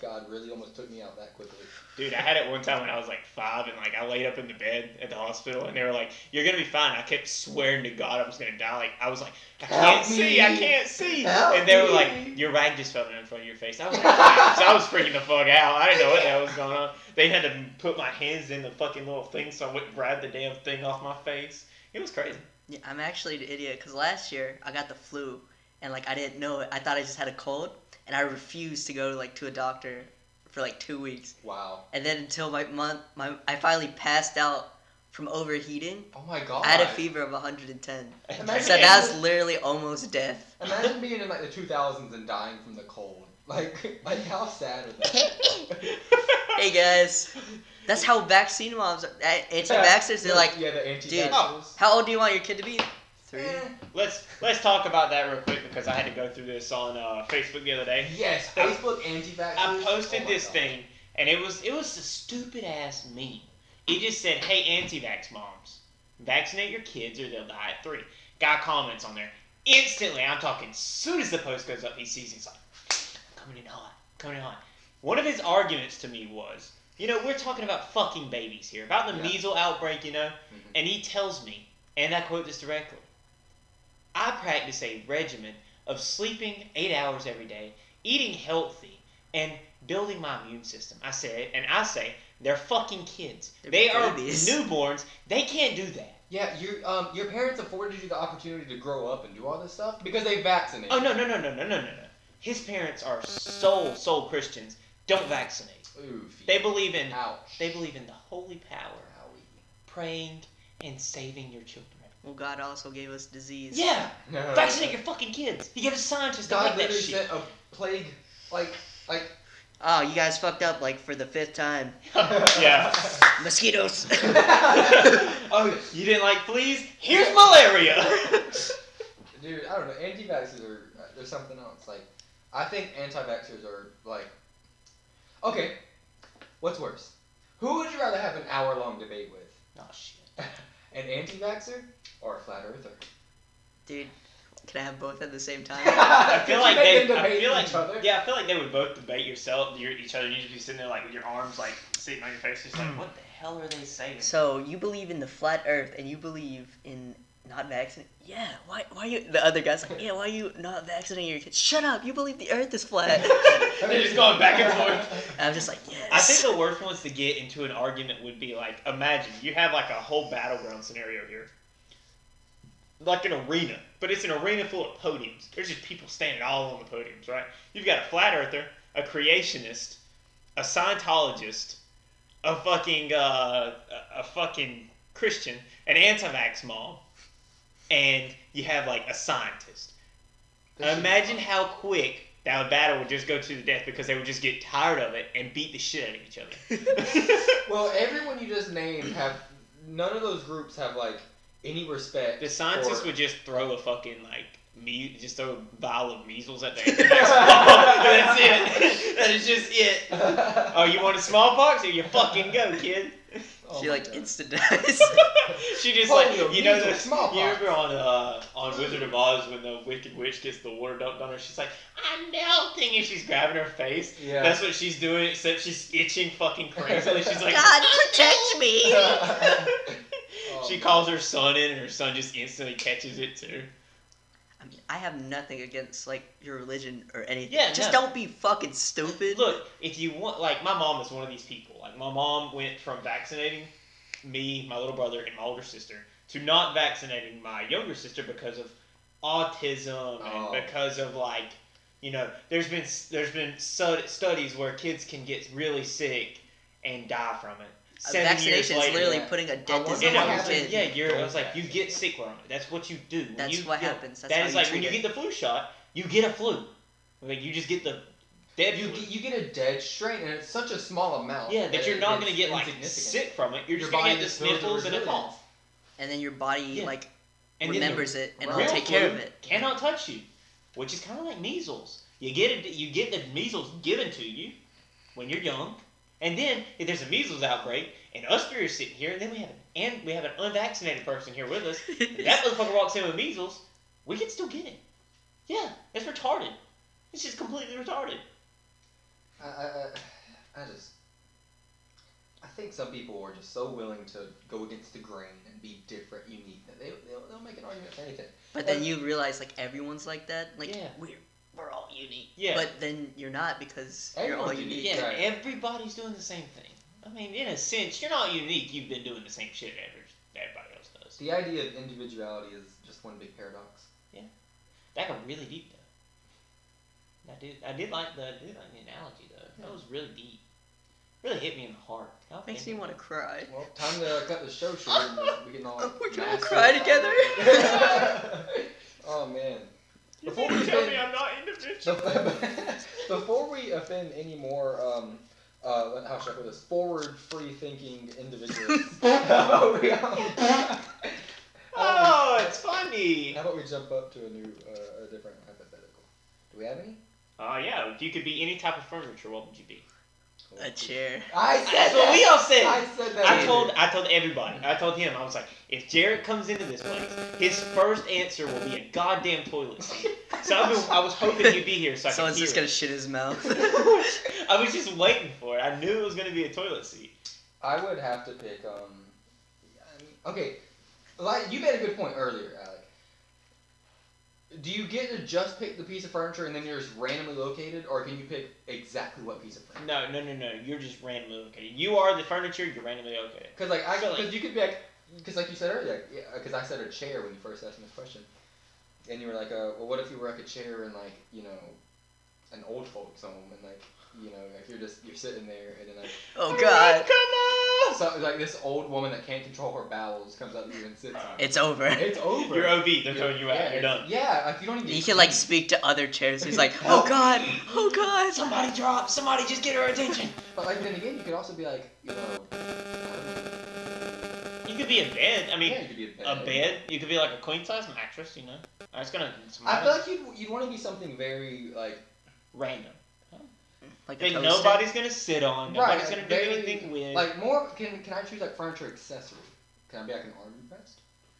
C: God really almost took me out that quickly.
A: Dude, I had it one time when I was like five, and like I laid up in the bed at the hospital, and they were like, "You're gonna be fine." I kept swearing to God I was gonna die. Like I was like, "I can't
C: Help
A: see, I
C: me.
A: can't see,"
C: Help
A: and they were
C: me.
A: like, "Your rag just fell down in front of your face." I was like, "Ah," so I was freaking the fuck out. I didn't know what the hell was going on. They had to put my hands in the fucking little thing so I wouldn't grab the damn thing off my face. It was crazy.
B: Yeah, I'm actually an idiot because last year I got the flu and like I didn't know it. I thought I just had a cold and I refused to go like to a doctor for like two weeks.
C: Wow.
B: And then until my month, my I finally passed out from overheating.
C: Oh my god.
B: I had a fever of 110.
C: Imagine
B: So that's literally almost death.
C: Imagine being in like the 2000s and dying from the cold. Like, like how sad would that?
B: Hey guys, that's how vaccine moms, anti-vaxxers, they're like,
C: yeah, the Eh. anti
B: dude,
A: Oh.
B: how old do you want your kid to be? Three.
A: Let's let's talk about that real quick because I had to go through this on uh, Facebook the other day.
C: Yes, Facebook anti-vaxxers.
A: I posted
C: Oh my
A: this
C: God.
A: thing, and it was it was a stupid ass meme. It just said, "Hey, anti-vax moms, vaccinate your kids or they'll die at three. Guy comments on there instantly. I'm talking. Soon as the post goes up, he sees it, he's like, coming in hot, coming in hot. One of his arguments to me was, you know, we're talking about fucking babies here, about the
C: Yeah.
A: measles outbreak, you know,
C: Mhm.
B: Mm-hmm.
A: and he tells me, and I quote this directly. I practice a regimen of sleeping eight hours every day, eating healthy, and building my immune system. I say, and I say, they're fucking kids.
B: They're
A: they are
B: babies.
A: newborns. They can't do that.
C: Yeah, your um, your parents afforded you the opportunity to grow up and do all this stuff because they vaccinated.
A: Oh no no no no no no no no. His parents are soul soul Christians. Don't vaccinate.
C: Ooh,
A: They believe in
C: Ouch.
A: they believe in the holy power,
C: Owie.
A: praying and saving your children.
B: Well, God also gave us disease.
A: Yeah,
C: No.
A: vaccinate your fucking kids. He gave a scientist to
C: God
A: make that
C: literally
A: shit.
C: sent a plague, like, like.
B: Oh, you guys fucked up like for the fifth time.
A: yeah.
B: Mosquitoes.
A: oh, you didn't like fleas? Here's malaria.
C: Dude, I don't know. Anti-vaxxers are there's something else. Like, I think anti-vaxxers are like, okay, what's worse? Who would you rather have an hour-long debate with,
A: oh shit.
C: an anti-vaxxer or a flat earther?
B: Dude, can I have both at the same time?
A: I
C: I
A: feel like they.
C: debate
A: I feel like
C: each other.
A: yeah. I feel like they would both debate yourself, your, each other. You'd just be sitting there like with your arms like sitting Hmm. on your face, just like what the hell are they saying?
B: so you believe in the flat Earth and you believe in not vaccinated. Yeah, why? Why you? The other guy's like, yeah, why you not vaccinating your kids? Shut up! You believe the Earth is flat.
D: They're just going back and forth.
B: I'm just like, yes.
A: I think the worst ones to get into an argument would be like, imagine you have like a whole battleground scenario here, like an arena, but it's an arena full of podiums. There's just people standing all on the podiums, right? You've got a flat earther, a creationist, a Scientologist, a fucking uh, a- a fucking Christian, an anti-vax mom, and you have like a scientist. Imagine how quick that battle would just go to the death because they would just get tired of it and beat the shit out of each other.
C: Well, everyone you just named have none of those groups have like any respect.
A: the scientists
C: for-
A: would just throw a fucking like me just throw a vial of measles at the end of the next ball. That's it. That is just it. Oh, you want a smallpox? Here you fucking go, kid.
C: Oh
B: she
C: my
B: like
C: God.
B: instant dies.
A: she just
C: Polio,
A: like you know
C: measles,
A: the
C: smallpox.
A: you remember on uh, on Wizard of Oz when the Wicked Witch gets the water dumped on her, she's like I'm melting and she's grabbing her face.
C: Yeah.
A: That's what she's doing, except she's itching fucking crazily. She's like,
B: God protect me.
C: Oh,
A: she
C: man.
A: calls her son in, and her son just instantly catches it too.
B: I mean, I have nothing against like your religion or anything.
A: Yeah,
B: just
A: no.
B: don't be fucking stupid.
A: Look, if you want, like, my mom is one of these people. Like, my mom went from vaccinating me, my little brother, and my older sister to not vaccinating my younger sister because of autism
C: Oh.
A: and because of like, you know, there's been there's been stud- studies where kids can get really sick and die from it.
B: A
A: Seven years
B: vaccination is
A: later,
B: literally
C: yeah.
B: putting a
C: I
B: dent
C: wonder
B: in
A: You know,
C: what
B: your
C: happened-
B: kid.
A: yeah, you're. I was like, you get sick from it. That's what you do. When
B: That's
A: you
B: what
A: get-
B: happens. That's
A: that
B: how
A: is
B: you
A: like
B: treat
A: when you
B: it.
A: get the flu shot, you get a flu. Like you just get the dead
C: You
A: flu.
C: get, you get a dead strain, and it's such a small amount.
A: yeah, that you're
C: it
A: not
C: is
A: gonna get like
C: insignificant.
A: sick from it. You're
C: Your
A: just gonna
C: body
A: get the
C: just builds a
A: sniffles and a
C: resilience.
A: cough.
B: and then your body
A: Yeah.
B: like
A: And then the
B: remembers it and will
A: real
B: take care of
A: flu
B: it.
A: Cannot touch you, which is kind of like measles. You get it. You get the measles given to you when you're young, and then if there's a measles outbreak, and us three are sitting here, and then we have an and we have an unvaccinated person here with us. If that motherfucker walks in with measles, we can still get it. Yeah, it's retarded. It's just completely retarded.
C: I, I, I- I just, I think some people are just so willing to go against the grain and be different, unique that they they'll, they'll make an argument for anything.
B: But then you realize like everyone's like that. Like
A: Yeah.
B: we're we're all unique.
A: Yeah.
B: But then you're not because
C: Everyone's
B: you're all unique.
C: unique.
A: Yeah,
C: Right.
A: everybody's doing the same thing. I mean, in a sense, you're not unique. You've been doing the same shit average everybody else does.
C: The idea of individuality is just one big paradox.
A: That got really deep though. I did. I did like the. I did like the analogy though. That was really deep. Really hit me in the heart. How
B: Makes me
A: can-
B: want to cry.
C: Well, time to cut the show short. and We're getting all.
B: We're gonna
C: nasty.
B: cry together.
C: oh man.
A: You
C: Before
A: mean
C: we
A: to tell
C: did-
A: me I'm not individual.
C: Before we offend any more, um, uh, how should I put this? Forward, free thinking individuals. Oh, how, about we, how
A: Oh, it's funny.
C: about we jump up to a new, uh, a different hypothetical? Do we have any?
A: Oh yeah. If you could be any type of furniture, what would you be?
B: A chair.
C: I said
A: That's
C: that.
A: what we all said.
C: I said that.
A: I told I told everybody. I told him. I was like, if Jared comes into this place, his first answer will be a goddamn toilet seat. So I've been, I was hoping you'd be here so I could
B: Someone's
A: hear it.
B: just gonna shit his mouth. Oh,
A: I was just waiting for it. I knew it was gonna be a toilet seat.
C: I would have to pick. Um, I mean, okay, like you made a good point earlier, Alec. Do you get to just pick the piece of furniture and then you're just randomly located, or can you pick exactly what piece of furniture?
A: No, no, no, no. You're just randomly located. You are the furniture. You're randomly located.
C: Because like I,
A: So, like-
C: because you could be like, because like you said earlier, because I said a chair when you first asked me this question, and you were like, uh, well, what if you were like a chair in like you know, an old folks home and like you know like you're just you're sitting there and then like
B: oh God.
A: Come
C: so like this old woman that can't control her bowels comes up to you and sits on it.
B: It's over.
C: It's over.
A: on! You're OB. They're throwing you out.
C: Yeah,
A: You're
C: it's-
A: done.
C: Yeah, like you don't even.
B: You
C: get-
B: can like speak to other chairs. He's like, oh God, oh God.
A: Somebody drop. Somebody just get her attention.
C: But like then again, you could also be like, you know. I don't know.
A: you could be a bed. I mean,
C: yeah, you could be a bed.
A: a bed. You could be like a queen size mattress. You know, I was gonna.
C: I feel like you'd you'd want to be something very like
A: random.
B: Like a
A: That
B: toaster.
A: nobody's gonna sit on.
C: Right,
A: Nobody's gonna do
C: very-
A: anything with.
C: like more. Can can I choose like furniture accessory? Can I be like an armrest?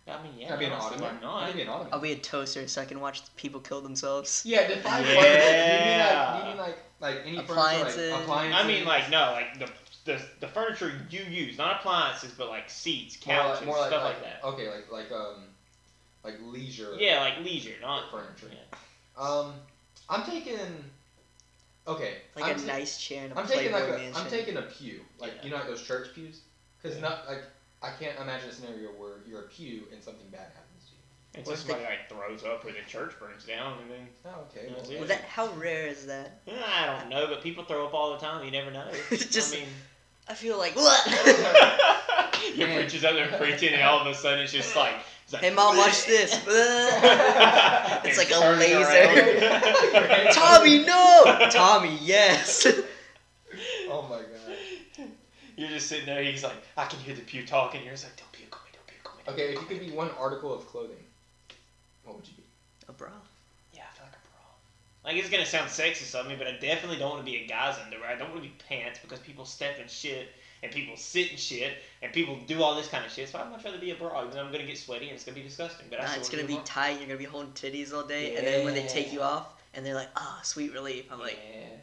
A: I mean, yeah.
C: can I be an
A: I don't see why
C: ottoman? I
A: not?
C: can be an ottoman.
B: I'll be a toaster so I can watch people kill themselves.
C: yeah, define
A: Yeah.
C: furniture. Do you mean like like any furniture
B: Appliances.
C: like appliances?
A: I mean, like no, like the, the the furniture you use, not appliances, but like seats,
C: More like-
A: couches,
C: more like,
A: stuff like,
C: like,
A: that.
C: Okay, like like um like leisure.
A: Yeah, like leisure, not
C: Furniture.
A: Yeah.
C: Um, I'm taking. Okay.
B: Like
C: I'm
B: a
C: ta-
B: nice chair and a
C: I'm
B: Playboy
C: taking like a,
B: mansion.
C: I'm taking a pew, like
A: Yeah.
C: you know, like those church pews, because
A: Yeah.
C: not like I can't imagine a scenario where you're a pew and something bad happens to you.
A: It's
B: What's
A: just somebody like throws up or the church burns down and then
C: Oh, okay.
A: Yeah,
C: well,
A: dude.
B: Well, that, how rare is that?
A: I don't know, but people throw up all the time. You never know.
B: Just-
A: I mean,
B: I feel like what?
A: your
C: Man.
A: preacher's out there preaching, and all of a sudden it's just like, it's like
B: hey mom, watch this.
A: It's
B: like a
A: turning
C: laser.
A: around.
B: Tommy, no. Tommy, yes.
C: oh my god.
A: You're just sitting there. He's like, I can hear the pew talking. You're just like, don't puke on me, don't puke on me. don't
C: Okay,
A: puke
C: if you
A: on me."
C: could be one article of clothing, what would you be?
B: A bra.
A: Yeah, I feel like a bra. Like it's gonna sound sexist of me, but I definitely don't want to be a guy's underwear. I don't want to be pants because people step in shit and people sit in shit and people do all this kind of shit. So I'd much rather be a bra, even though I'm gonna get sweaty and it's gonna be disgusting. But I
B: Nah,
A: still
B: it's
A: wanna
B: gonna be
A: a bra.
B: tight. You're gonna be holding titties all day, and then when they take you
A: Yeah.
B: off, and they're like, "Ah, sweet relief." I'm like,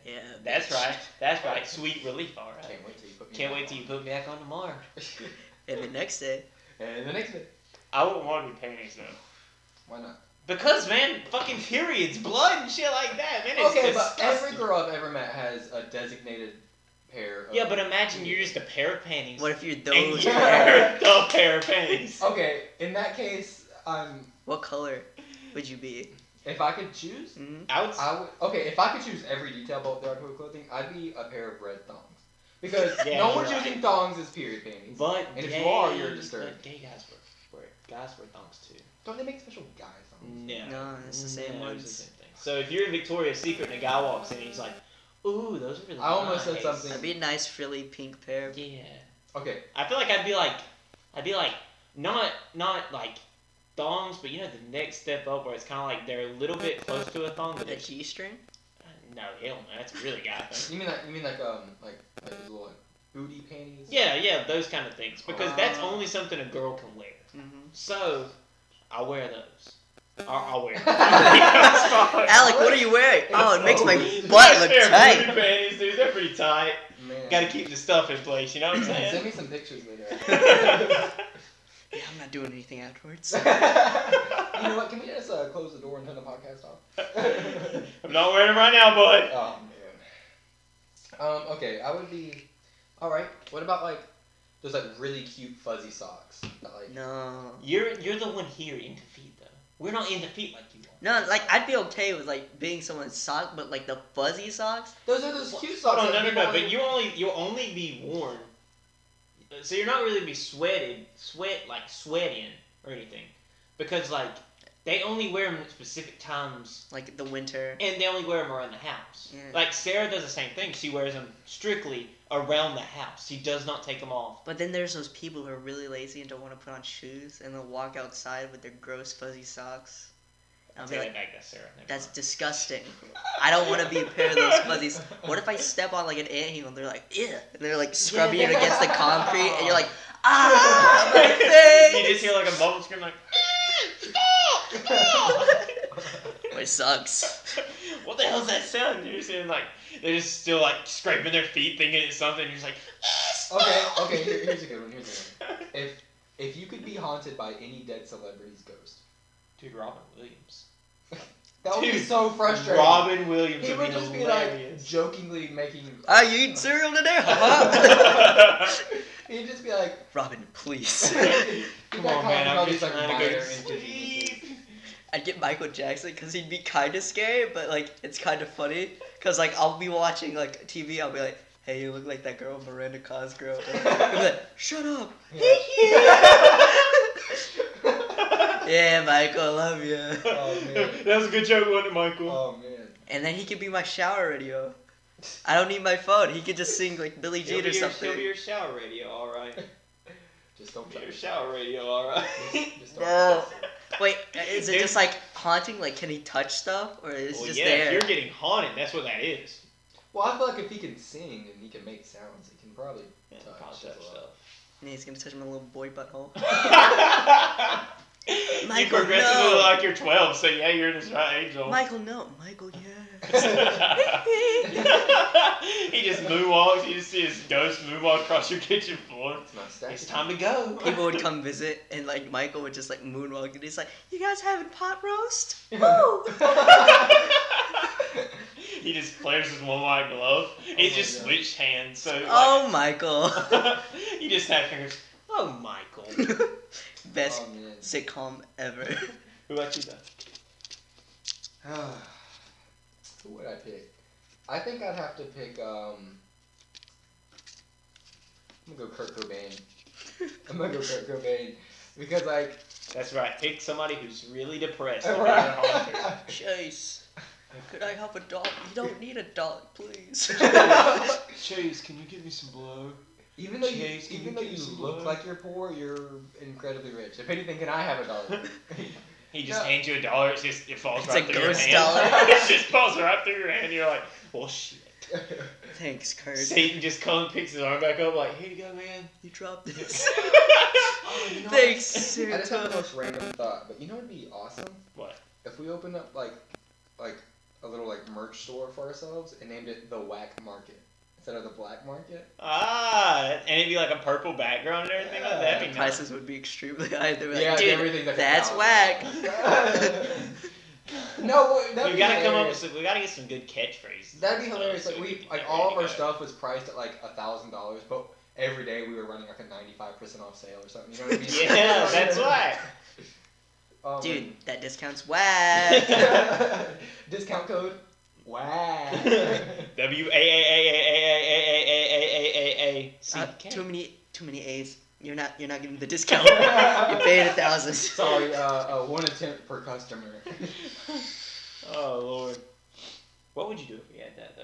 A: Yeah.
B: "Yeah."
A: That's
B: bitch."
A: right. That's right. Sweet relief. All right.
C: Can't wait till you put me.
A: Can't
C: back
A: wait till you put me back on tomorrow.
C: on.
B: And the next day,
C: and the next bit.
A: I wouldn't want to be panties though.
C: Why not?
A: Because man, fucking periods, blood and shit like that, man. It's
C: okay, but
A: disgusting.
C: every girl I've ever met has a designated pair. Of
A: Yeah, but imagine you're just a pair of panties.
B: what if you're
A: and
B: those?
A: you're
C: Yeah.
A: a pair of panties.
C: Okay, in that case, I'm.
B: What color would you be?
C: If I could choose,
B: hmm
A: I would.
C: I would. Okay, if I could choose every detail about the article of clothing, I'd be a pair of red thongs because
A: Yeah,
C: no one's
A: you're right.
C: using thongs as period panties.
A: But
C: And if
A: gay,
C: you are, you're disturbed.
A: But gay guys wear, wear guys wear thongs too.
C: Don't they make special guy thongs?
A: No,
B: No, it's the same
A: no,
B: ones.
A: It's the same thing. So if you're in Victoria's Secret and a guy walks in, and he's like, "Ooh, those are really."
C: I almost said
A: nice."
C: something-
B: That'd be a nice frilly pink pair.
A: Yeah,
C: Okay,
A: I feel like I'd be like, I'd be like, not not like thongs, but you know the next step up where it's kind of like they're a little bit close to a thong, but
B: With a
A: they're
B: G string.
A: no, hell no, that's really guy thing.
C: you mean like you mean like um like like those little like, booty panties?
A: Yeah, yeah, those kind of things because that's
C: Uh.
B: Wow.
A: only something a girl can wear.
B: hmm
A: Mm-hmm. So I wear those. I- I'll wear. Them.
C: Alec,
B: Alec, what are you wearing? Oh, it makes my
C: That's
B: butt look
A: They're
B: tight.
A: pretty panties, dude. They're pretty tight.
C: Man.
A: Got to keep the stuff in place. You know what I'm
C: Send
A: saying?
C: me some pictures later.
B: Yeah, I'm not doing anything afterwards.
C: you know what? Can we just uh, close the door and turn the podcast off?
A: I'm not wearing them right now, bud.
C: Oh man. Um, okay, I would be alright. What about like those like really cute fuzzy socks? That, like
B: No.
A: You're you're the one here into feet though. We're not into feet like you are.
B: No, like I'd be okay with like being someone's sock, but like the fuzzy socks.
C: those are those cute socks.
A: Hold on,
C: that
A: Oh, no, no, no.
C: people
A: But
C: only-
A: you only you'll only be worn. So you're not really be sweated, sweat like sweating or anything, because like they only wear them at specific times
B: Like the winter.
A: and they only wear them around the house.
B: Yeah.
A: Like Sarah does the same thing. She wears them strictly around the house. She does not take them off.
B: But then there's those people who are really lazy and don't want to put on shoes, and they'll walk outside with their gross fuzzy socks. I'll be
A: Take
B: like,
A: that back, that's Sarah. Never
B: that's
A: mind.
B: disgusting. I don't want to be a pair of those fuzzy. s- What if I step on like an ant hill and they're like, ew, and they're like scrubbing it against the concrete, and you're like, ah, my
A: you just
B: face.
A: hear like a bubble scream, like,
B: Which sucks.
A: what the hell's that sound? You're just hearing like, they're just still like scraping their feet, thinking it's something. You're just like,
C: Okay, okay, here, here's a good one, here's a good one. If if you could be haunted by any dead celebrity's ghost.
A: dude, Robin Williams.
C: That would be
A: Dude,
C: so frustrating.
A: Robin Williams
C: he
A: would
C: would
A: be
C: just be like
A: hilarious.
C: jokingly making
B: Are you eating cereal today? huh?
A: Come
C: He'd just be like
B: Robin, please.
C: Come
A: on, man, I'm just
C: like,
A: trying to go
C: minor
A: to
C: inconveniences.
A: sleep.
B: I'd get Michael Jackson because he'd be kind of scary, but like it's kind of funny because like I'll be watching like TV, I'll be like, "Hey, you look like that girl Miranda Cosgrove." I'll be like, "Shut up." yeah, Michael, I love you.
C: Oh, man.
A: that was a good joke, wasn't it, Michael?
C: oh man.
B: And then he could be my shower radio. I don't need my phone. He could just sing like Billy
A: He'll be
B: Jean or
A: your- he'll be
B: something.
A: your shower radio, all right.
C: Just don't
A: He'll be
C: try.
A: your shower radio, all right.
C: Just, just don't
B: No. Wait, is it
A: Dude.
B: just like haunting? Like, can he touch stuff, or is it
A: well,
B: just
A: yeah, if
B: there?
A: you're getting haunted, that's what that is.
C: Well, I feel like if he can sing and he can make sounds, he can probably.
A: Yeah,
C: Touch
A: probably
C: as
A: touch
C: well.
A: stuff.
B: And he's gonna touch my little boy butthole.
A: you
B: Michael,
A: progressively
B: no.
A: like you're 12, so yeah, you're in this right age. old.
B: Michael, no, Michael, yeah.
A: he just moonwalks. You just see his ghost moonwalk across your kitchen floor.
C: It's my statue.
A: It's time to go.
B: People would come visit, and like Michael would just like moonwalk, and he's like, "You guys having pot roast? Woo!"
A: he just flares his one white glove. It's
C: my
A: just
C: God.
A: switched hands. So like,
B: oh, Michael,
A: you just have fingers. Oh, Michael.
B: best Um,
C: Oh, man.
B: sitcom ever.
A: Who about you, though?
C: Who would I pick? I think I'd have to pick. Um, I'm gonna go Kurt Cobain. I'm gonna go Kurt Cobain because like.
A: That's right. Pick somebody who's really depressed. and really hungry.
C: Right.
B: Chase, could I have a dog? You don't need a dog, please.
A: Chase, can you give me some blow?
C: even though you,
A: Jeez, can you
C: even though
A: give
C: you
A: us some
C: look
A: love?
C: like you're poor, you're incredibly rich. If anything, can I have a dollar?
A: He just
C: No.
A: hands you a dollar. It's just it falls
B: It's
A: right
B: a
A: through your
B: ghost
A: hand.
B: dollar.
A: it just falls right through your hand. You're like, well, shit.
B: Thanks, Kurt.
A: Satan just comes, picks his arm back up, like, here you go, man.
B: You dropped this.
C: Oh, you know what?
B: Thanks,
C: I just had the
B: Santa.
C: most random thought, but you know what'd be awesome?
A: What?
C: If we opened up like, like a little like merch store for ourselves and named it the Whack Market instead of the Black Market.
A: Ah, and it'd be like a purple background and everything. like that. That'd be nice.
B: Prices would be extremely high. They'd be like,
C: yeah,
B: dude,
C: everything's like a
B: that's
C: dollar."
B: whack.
C: no, wait, that'd
A: We
C: be
A: gotta come up with
C: hilarious.
A: some. We gotta get some good catchphrases.
C: That'd be
A: So-
C: hilarious.
A: so
C: Like
A: we
C: we,
A: can
C: like
A: have
C: all of
A: really
C: our
A: good-
C: stuff was priced at like a thousand dollars, but every day we were running like a ninety-five percent off sale or something. You know what I mean?
A: Yeah, that's why.
C: Um,
B: dude, that discount's whack. Uh,
C: discount code. Wow.
A: W A A A A A A A A A A A A C
B: Uh, too
A: K.
B: many, too many A's. You're not, you're not getting the discount. you paid a thousand.
C: Sorry, uh, uh, one attempt per customer.
A: Oh lord. What would you do if we had that though?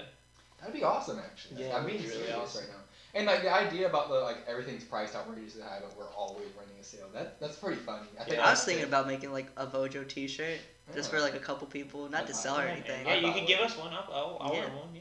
C: That'd be awesome, actually.
A: Yeah,
C: I'm
A: that'd
C: being
A: be really
C: serious
A: awesome.
C: right now. And like the idea about the like everything's priced outrageously high, but we're always running a sale. That that's pretty funny. I think
A: Yeah,
B: I was
C: that's
B: thinking
C: good.
B: about making like a Vojo T-shirt just for like a couple people, not to sell or
A: Yeah,
B: anything.
A: Yeah, you
C: I'll
A: could
C: buy
A: give us one. I'll, I'll, I'll
B: Yeah.
A: wear one. Yeah.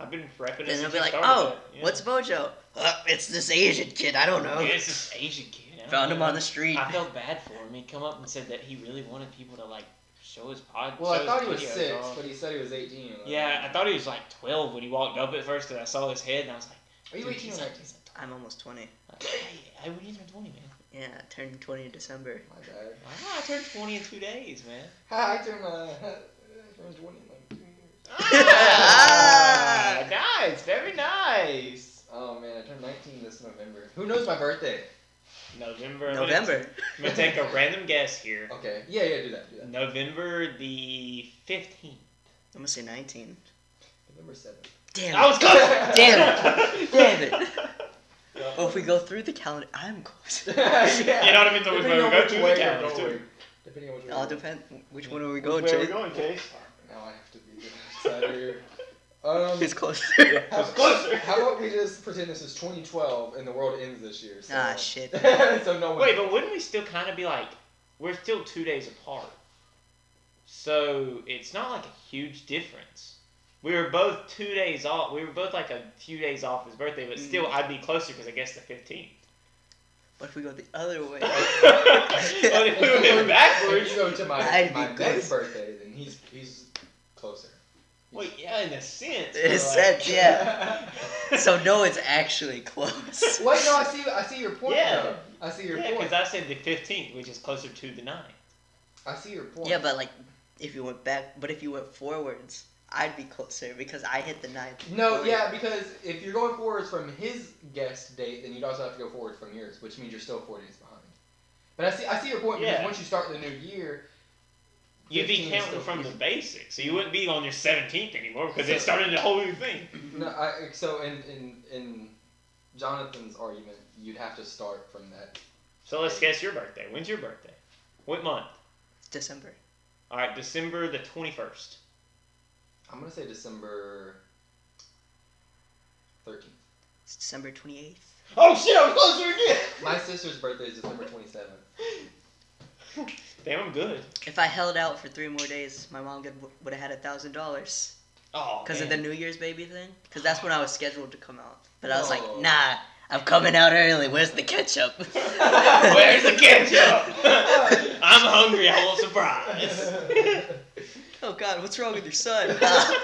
A: I've been prepping it.
B: Then they'll
A: since
B: be
A: you
B: like,
A: started
B: "Oh,
A: that, yeah.
B: what's Vojo? Uh, it's this Asian kid. I don't know.
A: Yeah, it's this Asian kid. I don't
B: Found him
A: know.
B: on the street.
A: I felt bad for him. He come up and said that he really wanted people to like show his pod.
C: Well, I
A: show
C: thought he
A: his
C: was
A: videos
C: six,
A: off.
C: but he said he was eighteen. and I'm
A: Yeah, I
C: like,
A: thought he was like twelve when he walked up at first, and I saw his head, and I was like,
C: Are you
A: "Dude,
C: eighteen or
A: he's like,
C: nineteen?
A: he's like
B: I'm almost twenty.
A: 12." Hey, I would even twenty, man.
B: Yeah, I turned twenty in December.
C: My bad.
A: Wow, I turned twenty in two days, man.
C: Hi, I turned uh, I turned twenty in like two years.
A: Ah, nice, very nice.
C: Oh man, I turned nineteen this November. Who knows my birthday?
A: November. I'm gonna-
B: November.
A: I'm gonna take a random guess here.
C: Okay. Yeah, yeah, do that, do that.
A: November the fifteenth.
B: I'm gonna say nineteen.
C: November seventh.
B: Damn.
A: I was
B: it.
A: close.
B: Damn
A: it.
B: Damn it. Oh, if we go through the calendar, I'm close.
A: You know what I mean? So we
C: Depending on
A: go
C: which
A: through
C: way
A: the
C: you're
A: calendar
C: going.
A: too.
C: Depending on which
B: It
C: way
B: all
C: you're going.
B: depends which one are we
A: Where
B: going
A: are we
B: to.
A: going, Chase?
C: Now I have to be the outsider here. Um,
B: It's closer.
A: Yeah, it's closer.
C: How about we just pretend this is 2012 and the world ends this year? So.
B: Ah, shit.
C: so no one.
A: Wait, but wouldn't we still kind of be like, we're still two days apart? So it's not like a huge difference. We were both two days off. We were both like a few days off his birthday, but
B: Mm.
A: still, I'd be closer because I guess the 15th.
B: What if we go the other way?
A: well, if we went
C: If
A: backwards.
C: you go to my,
B: I'd be
C: my
B: close.
C: next birthday, then he's he's closer.
A: Wait, yeah, in a sense.
B: In a
A: but,
B: sense, Yeah. so no, it's actually close.
C: Wait, no, I see I see your point.
A: Yeah.
C: Though. I see your
A: Yeah,
C: point.
A: because I said the 15th, which is closer to the 9th.
C: I see your point.
B: Yeah, but like, if you went back, but if you went forwards, I'd be closer because I hit the ninth.
C: No,
A: Oh,
B: forward.
C: yeah, because if you're going forwards from his guest date, then you'd also have to go forward from yours, which means you're still four days behind. But I see, I see your point
A: Yeah.
C: because once you start the new year,
A: You'd be
C: 15 is
A: counting
C: still-
A: from the basic, so you wouldn't be on your 17th anymore because it started the whole new thing.
B: Mm-hmm.
C: No, I, so in, in in Jonathan's argument, you'd have to start from that.
A: So let's guess your birthday. When's your birthday? What month?
B: It's December.
A: All right, December the 21st.
C: I'm gonna say December thirteenth.
B: It's December twenty eighth.
A: Oh shit, I'm closer again!
C: My sister's birthday is December twenty seventh.
A: Damn, I'm good.
B: If I held out for three more days, my mom would have had a thousand dollars
A: Oh,
B: because of the New Year's baby thing. Because that's when I was scheduled to come out, but I was like,
C: Oh.
B: nah, I'm coming out early. Where's the ketchup?
A: Where's the ketchup? I'm hungry, I want surprise.
B: oh God, what's wrong with your son? Uh,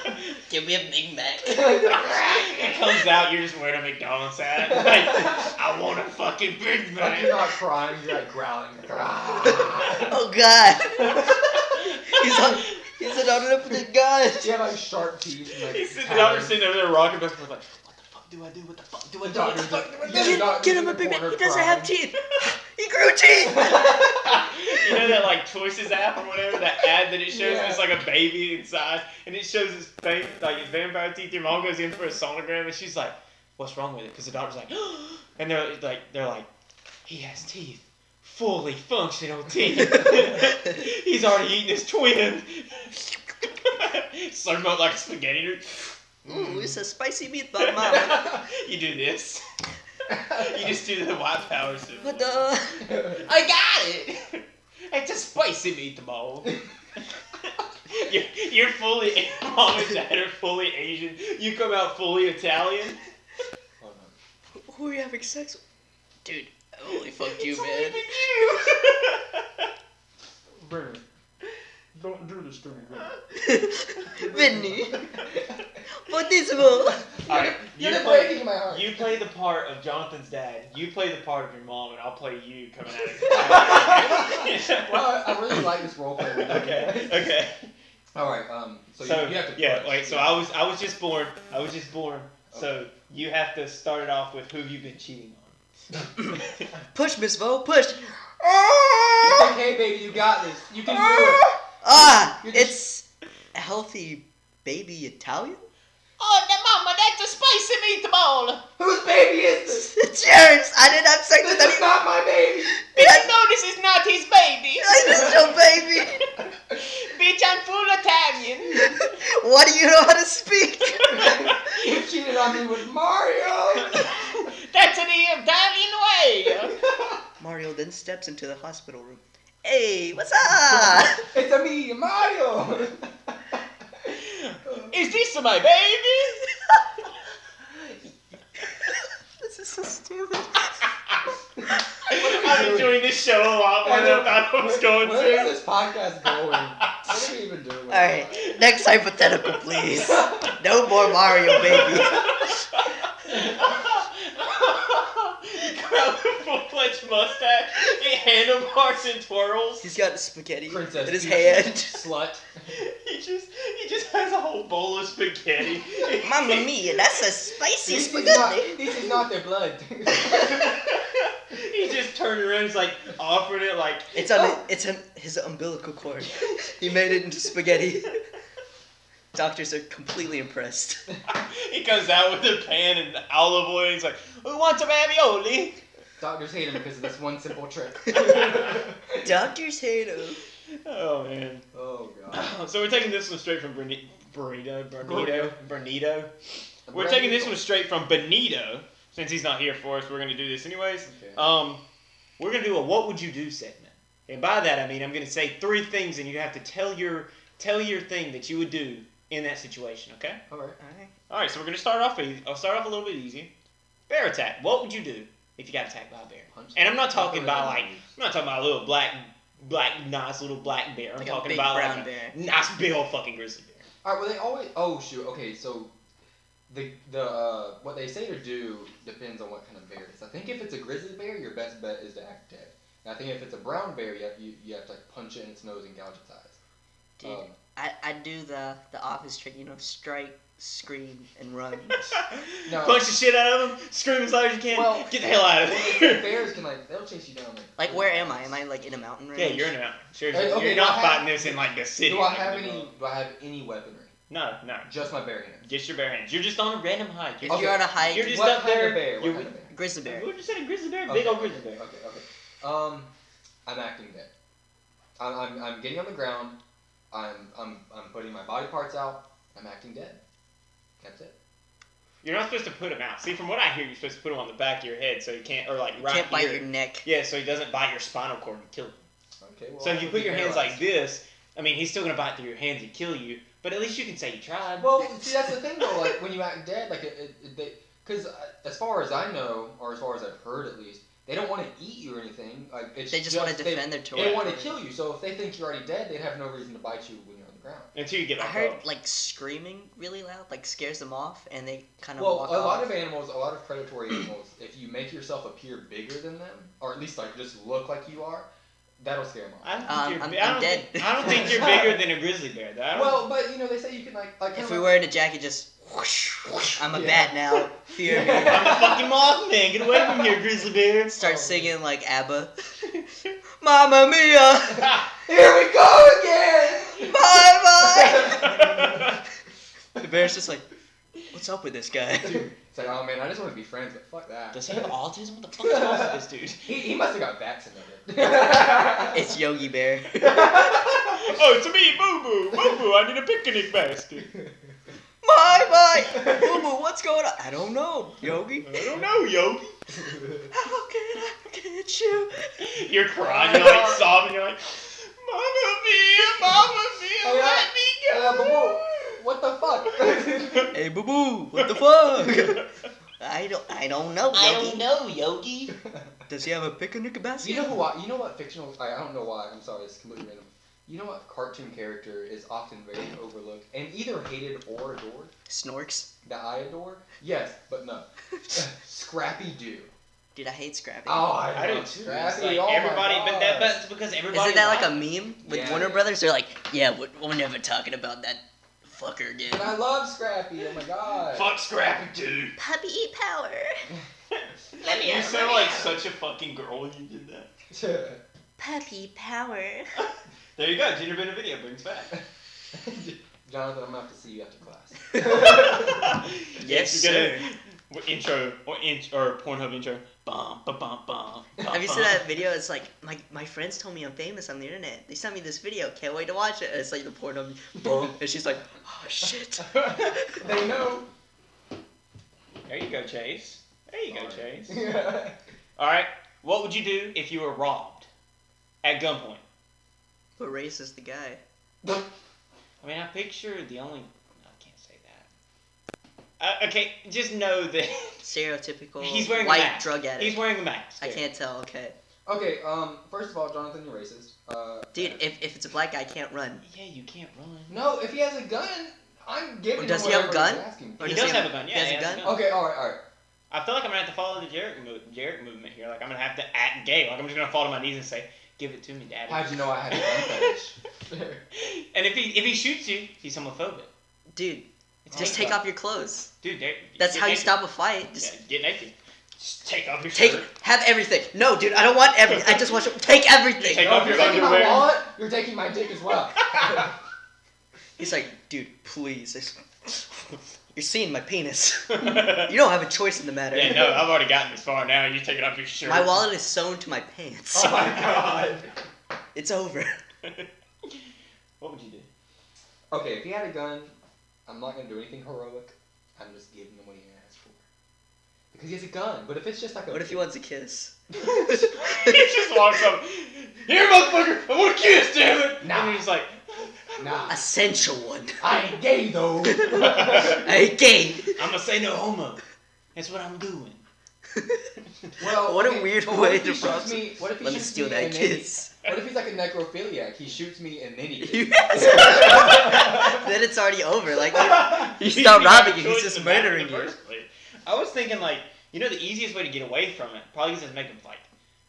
B: Give me a Big Mac.
A: it comes out, you're just wearing a McDonald's hat. Like, I want a fucking Big
C: Like, you're
A: Mac.
C: not crying, you're like growling.
B: oh God, he's on. He's an unopened gun.
C: She had like sharp teeth. And, like,
A: He's sitting
C: talons.
A: over sitting over there rocking back and forth like, what the fuck do I do? What the fuck do I
C: The
A: do? What
C: doctor's
A: the fuck
C: like,
A: do I do?
C: "Yeah, not
B: Get
C: in
B: him a
C: the
B: Big Mac.
C: corner
B: He doesn't have
C: crying.
B: teeth. He grew teeth.
A: you know that like choices app or whatever that ad that it shows
C: Yeah.
A: it's like a baby inside and it shows his thing like his vampire teeth your mom goes in for a sonogram and she's like what's wrong with it because the doctor's like and they're like they're like he has teeth fully functional teeth he's already eating his twin slurm up like spaghetti noodle.
B: Ooh, it's a spicy meatball, mom.
A: you do this you just do the white power symbol
B: What the?
A: I got it. It's a spicy meatball. you're, you're fully mom and dad are fully Asian. You come out fully Italian.
C: Hold on.
B: Who are you having sex with? Dude, I only fucked you,
A: It's only
B: man.
A: been you.
C: Brandon, don't do this to me, Brandon.
B: Vinny, what is more?
A: All right,
C: You're
A: you play.
C: breaking my heart.
A: You play the part of Jonathan's dad. You play the part of your mom, and I'll play you coming out. of
C: well, I I really like this role play.
A: Okay. Okay.
C: All right. Um. So,
A: So
C: you, you have to.
A: yeah.
C: push.
A: Wait. So I was I was just born. I was just born. So you have to start it off with who you've been cheating on.
B: Push, Miss Vo, push.
C: It's
B: Ah,
C: okay, baby. You got this. You can do it. You're just-
B: it's a healthy baby Italian.
A: Oh, that mama, that's a spicy meatball.
C: Whose baby is this?
B: It's yours. I didn't have sex with
C: This
B: anyone.
C: is not my baby.
A: Bitch, no, this is not his baby.
B: This is your baby.
A: Bitch, I'm full Italian.
B: Why do you know how to speak?
C: You cheated on me with Mario.
A: that's the Italian way.
B: Mario then steps into the hospital room. Hey, what's up?
C: It's a me, Mario.
A: Is this my baby?
B: this is so stupid.
A: I'm enjoying this show a lot more than I thought I was going
C: Where- Where
A: to.
C: is this podcast going? What are we even doing? All
B: Alright, next hypothetical, please. No more Mario, baby.
A: Grab the full-fledged mustache, it handlebars and twirls.
B: He's got spaghetti
C: Princess
B: in his
C: Peach.
B: hand.
C: Slut.
A: He just he just has a whole bowl of spaghetti.
B: Mamma mia, that's a spicy
C: This is, not,
B: spaghetti.
C: this is not their blood.
A: he just turned around, he's like offering it like
B: It's on it's on his umbilical cord. He made it into spaghetti. Doctors are completely impressed.
A: he comes out with a pan and olive oil. And he's like, "Who wants a ravioli?"
C: Doctors hate him because of this one simple trick.
B: Doctors hate him.
A: Oh man!
C: oh god.
A: So we're taking this one straight from Berni- Burrito, Bernito, Bernito. We're
C: Brad
A: taking this
C: Pitt.
A: one straight from Benito since he's not here for us. We're gonna do this anyways.
C: Okay.
A: Um, we're gonna do a "What would you do" segment, and by that I mean I'm gonna say three things, and you have to tell your tell your thing that you would do in that situation. Okay.
C: All right.
A: All right, so we're gonna start off. e- I'll start off a little bit easy. Bear attack. What would you do if you got attacked by a bear?
C: Punch
A: And I'm not talking about like
C: Punch.
A: I'm not talking about a little black, black nice little black bear. I'm
B: Like a
A: talking
B: big
A: about
B: brown
A: like uh,
B: bear.
A: a nice big old fucking grizzly bear.
C: All right. Well, they always. Oh shoot. Okay. So, the the uh, what they say to do depends on what kind of bear it is. I think if it's a grizzly bear, your best bet is to act dead. And I think if it's a brown bear, you have you, you have to like punch it in its nose and gouge its eyes.
B: Dude,
C: Um,
B: I, I do the the office trick, you know, strike, scream, and run.
C: No.
A: Punch the shit out of him, scream as loud as you can,
C: Well-
A: get the hell out of
C: well,
A: here.
C: bears can like they'll chase you down. Like,
B: Like, where am I? Am I like in a mountain range?
A: yeah, you're in a mountain. Sure,
C: Hey, okay,
A: you're
C: do I
A: not
C: have-
A: fighting this in like the city.
C: Do I
A: like,
C: have
A: in the
C: any?
A: middle.
C: Do I have any weaponry?
A: No, no.
C: Just my bare hands.
A: Just your bare hands. You're just on a random hike.
B: If
A: You're,
C: Okay.
B: you're on a hike,
A: You're just
C: what
A: up
C: kind
A: there,
C: Of bear?
A: you're-
C: What kind of bear?
B: grizzly bear.
A: we just said a grizzly bear, big old
C: Okay,
A: grizzly bear.
C: Okay, okay. Um, I'm acting dead. I'm, I'm, I'm getting on the ground. I'm, I'm, I'm putting my body parts out. I'm acting dead. That's it.
A: You're not supposed to put him out. See, from what I hear, you're supposed to put him on the back of your head so he can't, or like
B: You
A: right
B: can't bite
A: here.
B: your neck.
A: Yeah, so he doesn't bite your spinal cord and kill you.
C: Okay. Well,
A: So if you
C: I'll
A: put
C: be
A: your hands like
C: paralyzed.
A: this, I mean, he's still gonna bite through your hands and kill you. But at least you can say you tried.
C: Well, see, that's the thing though. Like when you act dead, like it, it, it they, because as far as I know, or as far as I've heard at least, they don't want to eat you or anything. Like it's
B: They just want to
C: they-
B: defend their
C: They,
B: territory.
C: want to kill you. So if they think you're already dead, they'd have no reason to bite you when you're on the the ground.
A: Until you get
B: I
A: back
C: uh,
B: heard
A: up.
B: like screaming really loud, like scares them off, and they kind of
C: Well,
B: walk
C: a lot
B: off.
C: of animals, a lot of predatory animals, if you make yourself appear bigger than them, or at least like just look like you are, that'll scare them off.
A: I don't think
B: Um,
A: you're.
B: I'm-
A: bi- I
B: I'm
A: don't
B: dead.
A: Think, I don't think you're bigger than a grizzly bear. Though. I don't,
C: Well, but you know they say you can like like.
B: if
C: kinda
B: we
C: like-
B: were in a jacket, just whoosh, whoosh, I'm a
C: Yeah.
B: bat now. Fear me.
A: I'm a fucking Mothman. Get away from here, grizzly bear.
B: Start
C: Oh.
B: singing like ABBA. Mamma mia!
C: Here we go again.
B: Bye bye! The bear's just like, what's up with this guy?
C: Dude, it's like oh man, I just want to be friends, but fuck that.
A: Does he have autism? What the fuck is wrong with this dude?
C: He, he must have got vaccinated.
B: It's Yogi Bear.
A: Oh, it's me, Boo Boo. Boo Boo, I need a picnic basket.
B: Bye bye! Boo Boo, what's going on? I don't know, Yogi.
A: I don't know, Yogi.
B: How can I forget you?
A: You're crying, you're like sobbing, you're like, Mama Mia, Mama Mia, let me
C: Uh,
A: go.
C: but whoa, what the fuck?
B: Hey Boo Boo, what the fuck? I don't, I don't know, Yogi.
A: know, Yogi.
B: Does he have a picnic basket?
C: you know who? I, you know what fictional? I, I don't know why. I'm sorry, it's completely random. You know what cartoon character is often very overlooked and either hated or adored?
B: Snorks.
C: That I adore? Yes, but no. Scrappy Doo. Oh,
B: Dude, I hate Scrappy.
A: I do too. It's
C: Scrappy.
A: like
C: oh my
A: everybody, but that,
C: God.
A: that's because everybody.
B: Isn't that like a
A: liked-
B: meme with
C: Yeah.
B: Warner Brothers? They're like, yeah, we're, we're never talking about that fucker again.
C: And I love Scrappy. Oh my god.
A: fuck Scrappy dude?
B: Puppy E power.
A: Let
B: me
A: you
B: out,
A: sound
B: let me
A: like
B: out.
A: such a fucking girl when you did that.
B: Puppy power.
A: There you go, Junior Benavidia brings back.
C: Jonathan, I'm gonna have to see you after class.
B: Yes,
A: you gotta- Intro or int or Pornhub intro. Bum, ba, bum, bum, bum,
B: Have you seen
A: bum.
B: that video? It's like my, my friends told me I'm famous on the internet. They sent me this video. Can't wait to watch it. And it's like the porn of boom, and she's like, oh shit.
C: they know.
A: There you go, Chase. There you go, Chase.
C: Sorry.
A: All right. What would you do if you were robbed at gunpoint?
B: What race is the guy?
A: I mean, I picture the only. I can't say that. Uh, okay, just know that
B: Stereotypical.
A: He's wearing a
B: white
A: mask.
B: drug addict.
A: he's wearing a mask.
B: I can't tell. Okay,
C: okay. Um. First of all, Jonathan, you're racist. Uh.
B: dude, if, if it's a black guy, I can't run.
A: Yeah, you can't run.
C: No, if he has a gun, I'm giving.
B: Or does he
C: him
B: have a
C: whatever he's
B: gun?
C: asking for.
B: Or
A: he
B: does
A: does
B: he
A: have
B: have-
A: a gun.
B: he
A: Yeah,
B: has a
A: has
B: gun?
C: Okay. All right. All right.
A: I feel like I'm gonna have to follow the Jarek, mo- Jarek movement here. Like I'm gonna have to act gay. Like I'm just gonna fall to my knees and say, "Give it to me, Daddy."
C: How'd you know I had a gun fetish?
A: and if he if he shoots you, he's homophobic.
B: Dude,
A: It's
B: just
A: naked.
B: take off your clothes.
A: Dude, there-
B: That's
A: get
B: how you
A: naked.
B: stop a fight. Just
A: Yeah, get naked. Just take off your
B: Take
A: shirt.
B: have everything. No, dude, I don't want everything. I just want you take everything.
A: Take
C: Yo,
A: off
C: if you're
A: your
C: taking
A: underwear. Oh
C: my wallet, you're taking my dick as well.
B: He's like, dude, please. It's- You're seeing my penis. You
A: yeah,
B: don't have a choice in the matter.
A: no, I've already gotten this far. Now you're taking off your shirt.
B: My wallet is sewn to my pants.
C: oh my god.
B: It's over.
A: what would you do?
C: Okay, if he had a gun, I'm not gonna do anything heroic. I'm just giving him what he asked for. Because he has a gun. But if it's just like a
B: What if he wants a kiss?
A: he just walks up. Here, motherfucker! I want a kiss, damn it!
C: Nah.
A: And he's like,
C: Nah.
B: A sensual one.
C: I ain't gay though.
B: Hey, gay.
A: I'm gonna say no homo. That's what I'm doing.
C: well,
B: What a
C: okay,
B: weird
C: but
B: way
C: what if he
B: to
C: shoots
B: process-
C: me- What if he
B: Let me
C: shoots
B: steal
C: me
B: that
C: and then he-
B: kiss.
C: What if he's like a necrophiliac? He shoots me and then he. gets me.
B: Yes. then it's already over. Like, he's
A: He
B: not
A: didn't have
B: robbing
A: a
B: you. He's
A: choice
B: just
A: in the matter in
B: murdering
A: the
B: you.
A: first place. I was thinking like, you know, the easiest way to get away from it probably is to make him fight.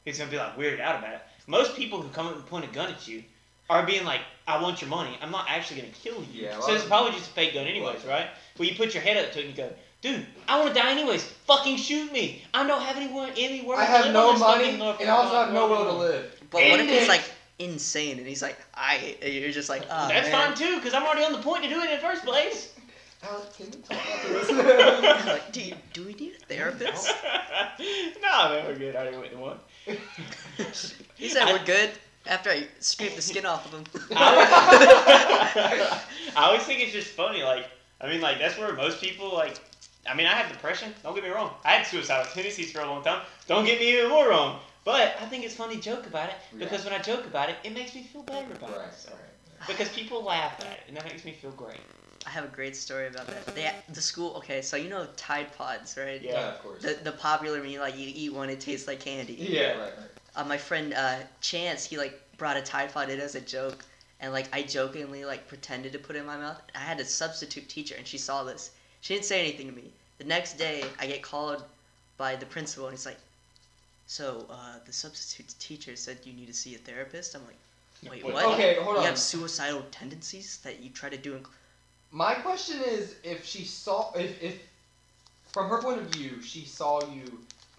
A: He's gonna be like weirded out about it. Most people who come up and point a gun at you are being like, "I want your money. I'm not actually gonna kill you."
C: Yeah,
A: so
C: well,
A: it's probably just a fake gun, anyways, right? Well, you put your head up to it and you go, "Dude, I want to die anyways. Fucking shoot me. I don't have anyone anywhere.
C: I
A: to live
C: have
A: on
C: no
A: this
C: money
A: fucking
C: and
A: North-
C: I also have no
A: North-
C: will to live.
B: But what if
A: End
B: he's
A: it.
B: like insane and he's like, I. and You're just like, oh,
A: That's
B: man.
A: fine too, because I'm already on the point to do it in the first place.
C: Alex, can we talk about
B: I'm like, do, you, do we need a therapist?
A: nah, man, we're good. I already went to one.
C: this?
B: He said
A: I-
B: we're good after I scraped the skin off of him.
A: I always- I always think it's just funny. Like, I mean, like that's where most people like. I mean, I have depression. Don't get me wrong. I had suicidal tendencies for a long time. Don't get me even more wrong. But I think it's funny to joke about it because when I joke about it, it makes me feel better
C: right,
A: about
C: right.
A: myself. Because people laugh at it, and that makes me feel great.
B: I have a great story about that. They, the school, okay, so you know Tide Pods, right?
A: Yeah.
C: Yeah, of course.
B: The, the popular meal, like you eat one, it tastes like candy.
C: Yeah, right, right.
B: Uh, my friend uh, Chance, he like brought a Tide Pod in as a joke, and like I jokingly like pretended to put it in my mouth. I had a substitute teacher, and she saw this. She didn't say anything to me. The next day, I get called by the principal, and he's like, "So uh, the substitute teacher said you need to see a therapist." I'm like, "Wait, what?
C: Okay, hold
B: you
C: on.
B: have suicidal tendencies that you try to do in." cl-
C: My question is if she saw if, if from her point of view she saw you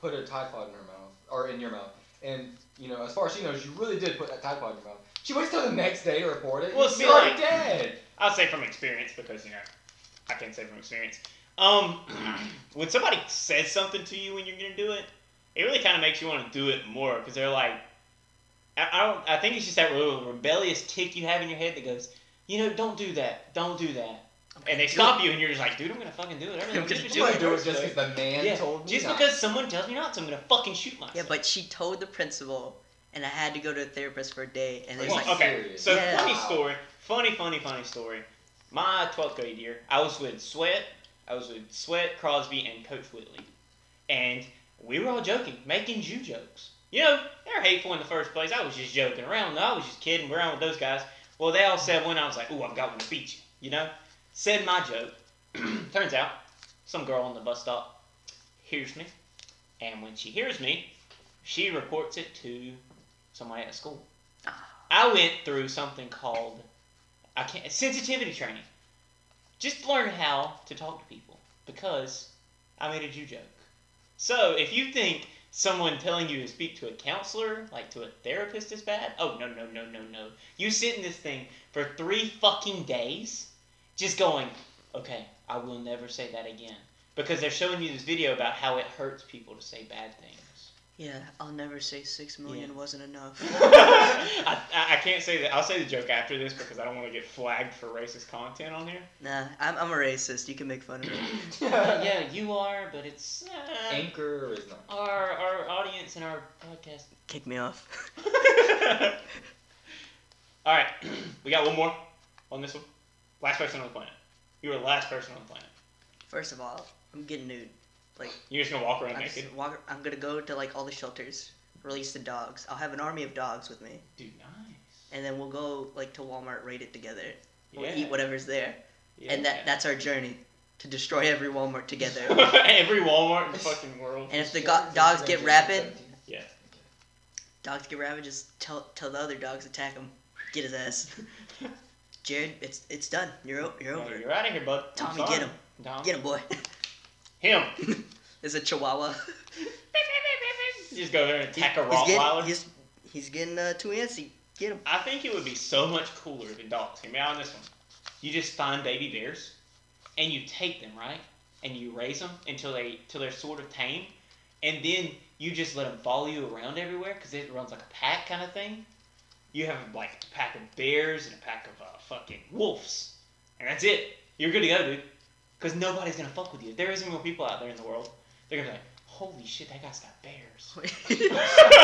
C: put a Tide Pod in her mouth or in your mouth and you know as far as she knows you really did put that Tide Pod in your mouth. She waits till the next day to report it.
A: Well,
C: You'd
A: see,
C: be already
A: like-
C: dead.
A: I'll say from experience because you know I can say from experience. Um, when somebody says something to you when you're gonna do it, it really kind of makes you want to do it more because they're like, I, I don't. I think it's just that little rebellious tick you have in your head that goes, you know, don't do that, don't do that,
B: I'm
A: and they
B: like,
A: stop you and you're just like, dude, I'm gonna fucking do it.
B: I'm gonna
A: just
B: do
C: You
B: it.
C: might do it just because the man
A: Yeah,
C: told me
A: Just
C: not.
A: because someone tells me not, to, I'm gonna fucking shoot myself.
B: Yeah, but she told the principal, and I had to go to a therapist for a day, and
C: Are
B: it's
C: you
A: Well,
B: like,
A: okay, so
B: Yeah.
A: funny
C: Wow.
A: story. Funny, funny, funny story. My 12th grade year, I was with Sweat. I was with Sweat, Crosby, and Coach Whitley. And we were all joking, making Jew jokes. You know, they're hateful in the first place. I was just joking around. I was just kidding around with those guys. Well, they all said one. I was like, ooh, I've got one to beat you. You know? Said my joke. Turns out, some girl on the bus stop hears me. And when she hears me, she reports it to somebody at school. I went through something called I can't sensitivity training. Just learn how to talk to people because I made a Jew joke. So if you think someone telling you to speak to a counselor, like to a therapist, is bad, oh no no no no no. You sit in this thing for three fucking days, just going, okay, I will never say that again because they're showing you this video about how it hurts people to say bad things.
B: yeah, I'll never say six million wasn't enough.
A: I, I I can't say that. I'll say the joke after this because I don't want to get flagged for racist content on here.
B: nah, I'm, I'm a racist. You can make fun of me.
A: yeah, you are, but it's uh,
C: Anchor is not.
A: our our audience and our podcast.
B: Kick me off.
A: All right, we got one more on this one. Last person on the planet. You were the last person on the planet.
B: First of all, I'm getting nude.
A: You're just gonna walk around
B: I'm,
A: naked,
B: just walk, I'm gonna go to like all the shelters, release the dogs. I'll have an army of dogs with me,
A: dude. Nice.
B: and then we'll go like to Walmart, raid it together. We'll
A: Yeah.
B: eat whatever's there,
A: yeah.
B: and that that's our journey to destroy every Walmart together. and
A: every Walmart in the fucking world.
B: if the go- dogs get rabid,
A: Yeah.
B: dogs get rabid, just tell tell the other dogs attack him, get his ass. Jared, it's it's done. You're o- you're
A: No,
B: over.
A: you're out of here, bud. I'm
B: Tommy, get
A: sorry.
B: him,
A: Tom.
B: get him, boy.
A: Him.
B: There's a Chihuahua.
A: Just go there and attack a
B: he's
A: Rottweiler.
B: getting he's, he's getting uh, too antsy. Get him.
A: I think it would be so much cooler than dogs. Hear me out on this one. You just find baby bears, and you take them right, and you raise them until they till they're sort of tame, and then you just let them follow you around everywhere because it runs like a pack kind of thing. You have like a pack of bears and a pack of uh, fucking wolves, and that's it. You're good to go, dude. Because nobody's gonna fuck with you. If there isn't more people out there in the world, they're gonna be like, "Holy shit, that guy's got bears."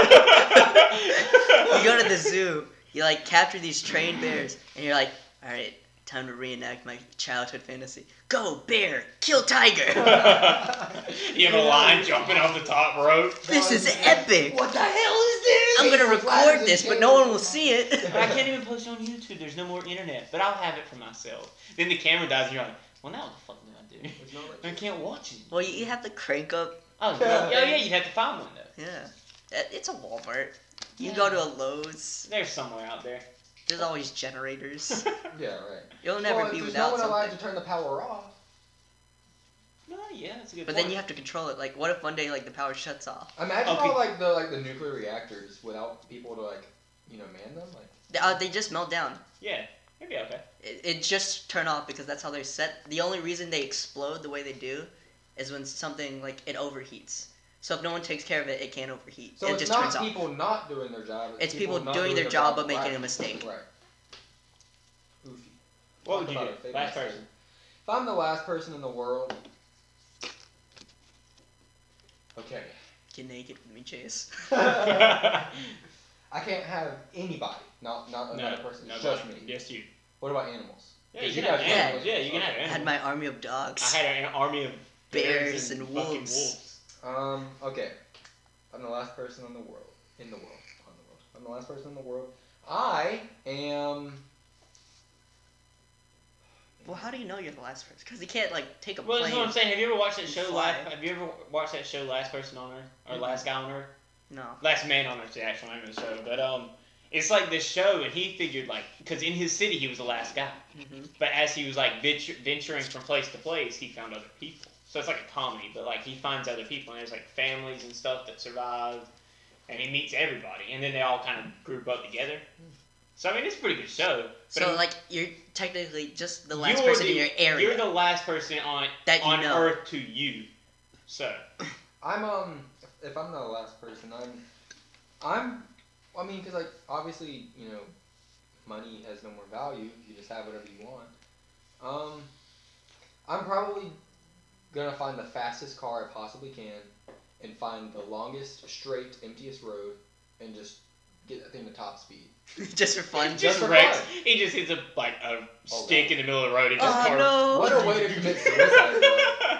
B: you go to the zoo, you like capture these trained bears, and you're like, all right, time to reenact my childhood fantasy. Go bear, kill tiger.
A: you have a lion jumping off the top rope.
B: this is epic.
C: What the hell is this?
B: I'm gonna
C: It's flat as
B: record
C: a
B: this, but
C: can.
B: no one will see it.
A: I can't even post it on YouTube. There's no more internet, but I'll have it for myself. Then the camera dies, and you're like, well, now what the fuck do I do?
C: It's not like-
A: I can't watch it.
B: Well, you, you have to crank up.
A: Oh, yeah, yeah, yeah, you'd have to find one, though.
B: Yeah, That- it's a Walmart. You go to a Lowe's.
A: There's somewhere out there.
B: There's always generators.
C: Yeah, right.
B: You'll never
C: well, if
B: be
C: there's
B: without
C: no one allowed to
B: something.
C: turn the power off.
A: no, yeah, that's a good
B: But
A: point.
B: then you have to control it. Like, what if one day like the power shuts off?
C: Imagine
A: Okay.
C: all like the like the nuclear reactors without people to like you know man them like.
B: They, uh, they just melt down.
A: Yeah, it'd be okay.
B: it, it just turn off because that's how they're set. The only reason they explode the way they do is when something like it overheats. So if no one takes care of it, it can't overheat.
C: So
B: it
C: it's
B: just
C: not
B: turns off.
C: people not doing their job.
B: It's people
C: not
B: doing their job but making
C: right.
B: a mistake.
C: Right. Goofy.
A: What
C: Talk
A: would you
C: about a
A: do?
C: fake
A: Last
C: mistake.
A: person.
C: If I'm the last person in the world. Okay.
B: Get naked with me, Chase.
C: I can't have anybody, not not another
A: no,
C: person,
A: no,
C: just
A: no.
C: me.
A: Yes, you.
C: What about animals?
A: Yeah,
C: Did
A: you
C: you
A: can have
C: guys-
A: animals.
C: Yeah.
A: Yeah, you can have
B: I
A: animals.
B: had my army of
A: I
B: dogs.
A: had an army of bears,
B: Bears
A: and,
B: and
A: fucking
B: wolves.
A: wolves.
C: Um. Okay. I'm the last person in the world. In the world. On the world. I'm the last person in the world. I am
B: Well, how do you know you're the last person? Because he can't like take a
A: Well, that's
B: plane.
A: what I'm saying. Have you ever watched that
B: You
A: show
B: fly.
A: Life? Have you ever watched that show Last Person on Earth or
B: Mhm.
A: Last Guy on Earth?
B: No.
A: Last Man on Earth's the actual name of the show, but um, it's like this show, and he figured like because in his city he was the last guy,
B: hmm
A: but as he was like venture, venturing from place to place, he found other people. So it's like a comedy, but like he finds other people, and there's like families and stuff that survived, and he meets everybody, and then they all kind of group up together. So I mean, it's a pretty good show. But
B: So
A: it-
B: like you're technically just the
A: You
B: last
A: are
B: person in
A: the-
B: your area
A: you're the last person on
B: that you
A: on
B: know.
A: Earth to you. So
C: I'm um if- if I'm not the last person, I'm I'm I mean because like obviously you know money has no more value. You just have whatever you want. Um, I'm probably gonna find the fastest car I possibly can, and find the longest, straight, emptiest road, and just get that thing to top speed.
B: just for fun.
A: he
C: Just
A: just
C: for
A: wrecks.
C: fun.
A: He just hits a like a stick
C: wow.
A: in the middle of the road and just
B: Oh
A: car-
B: no.
C: What a way to commit suicide!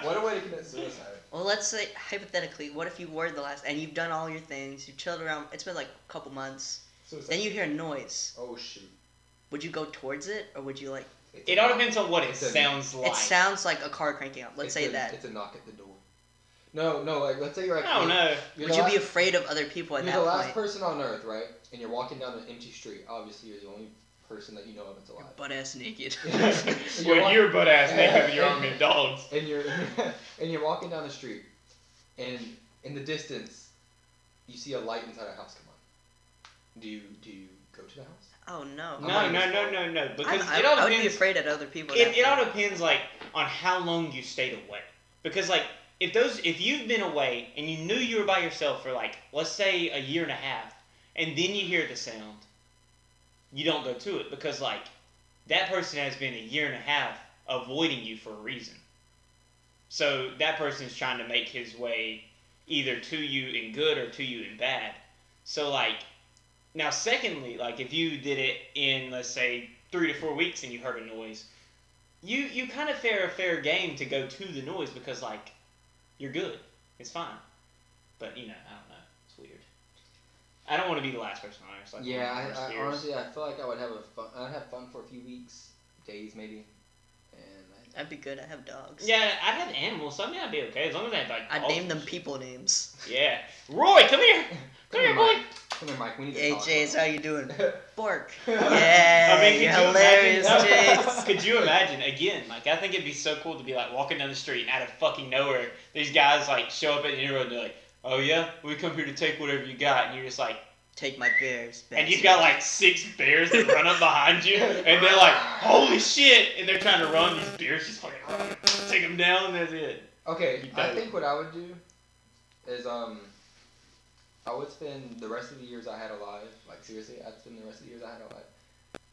C: bro. What a way to commit suicide.
B: Well, let's say hypothetically, what if you were the last and you've done all your things, you've chilled around. It's been like a couple months. Then
C: Suicide.
B: you hear a noise.
C: Oh shoot!
B: Would you go towards it or would you like?
C: It's
A: It
C: a
A: all
C: knock.
A: depends on what it
C: It's a-
A: sounds like.
B: It sounds like a car cranking up. Let's
C: It's
B: say
C: a-
B: that.
C: It's a knock at the door. No, no. Like let's say you're at.
A: I don't know.
C: You're
B: Would
C: the
B: you
C: last-
B: be afraid of other people at
C: You're
B: that
C: the last
B: point?
C: person on Earth, right? And you're walking down an empty street. Obviously, you're the only person that you know of that's alive.
B: Butt ass naked.
C: You're
A: When
C: walk-
A: you're butt ass naked with your arm in dogs.
C: And you're and you're walking down the street, and in the distance, you see a light inside a house. Come on. Do you do you go to the house?
B: oh no.
C: I'm
A: No,
C: on
A: no,
C: this
A: no,
C: one.
A: no, no. Because
B: I, I,
A: it all
B: I would be
A: depends.
B: afraid at other people. at
A: It,
B: that
A: it all
B: point.
A: depends like on how long you stayed away. Because like if those if you've been away and you knew you were by yourself for like let's say a year and a half, and then you hear the sound, you don't go to it because like that person has been a year and a half avoiding you for a reason. So that person is trying to make his way either to you in good or to you in bad. So like now secondly, like if you did it in let's say three to four weeks and you heard a noise, you you kind of fare a fair game to go to the noise because like you're good. It's fine. But you know, I don't know. It's weird. I don't want to be the last person on there. It's like one of
C: yeah,
A: the
C: I,
A: worst
C: I,
A: fears.
C: honestly, I feel like I would have a fun. I'd have fun for a few weeks, days maybe, and
B: I'd be good. I have dogs.
A: Yeah, I'd have animals, so I mean, I'd be okay as long as I had like.
B: I'd
A: dogs
B: name
A: and
B: them
A: Oh, shit.
B: people names.
A: Yeah, Roy, come here, come here, boy.
C: Mike. Come here, Mike. We need to
B: Hey
C: talk.
B: Jace, how you doing? Bork.
A: I
B: Yeah,
A: mean, could
B: you're
A: you
B: hilarious,
A: imagine,
B: Jace.
A: Could you imagine again? Like, I think it'd be so cool to be like walking down the street and out of fucking nowhere, these guys like show up at the road and they're like, "Oh yeah, we come here to take whatever you got," and you're just like,
B: Take my bears.
A: and you've got like six bears that run up behind you, and they're like, "Holy shit!" and they're trying to run. These bears just fucking take them down. And that's it.
C: Okay,
A: You
C: I
A: don't.
C: think what I would do is um, I would spend the rest of the years I had alive, like seriously, I'd spend the rest of the years I had alive,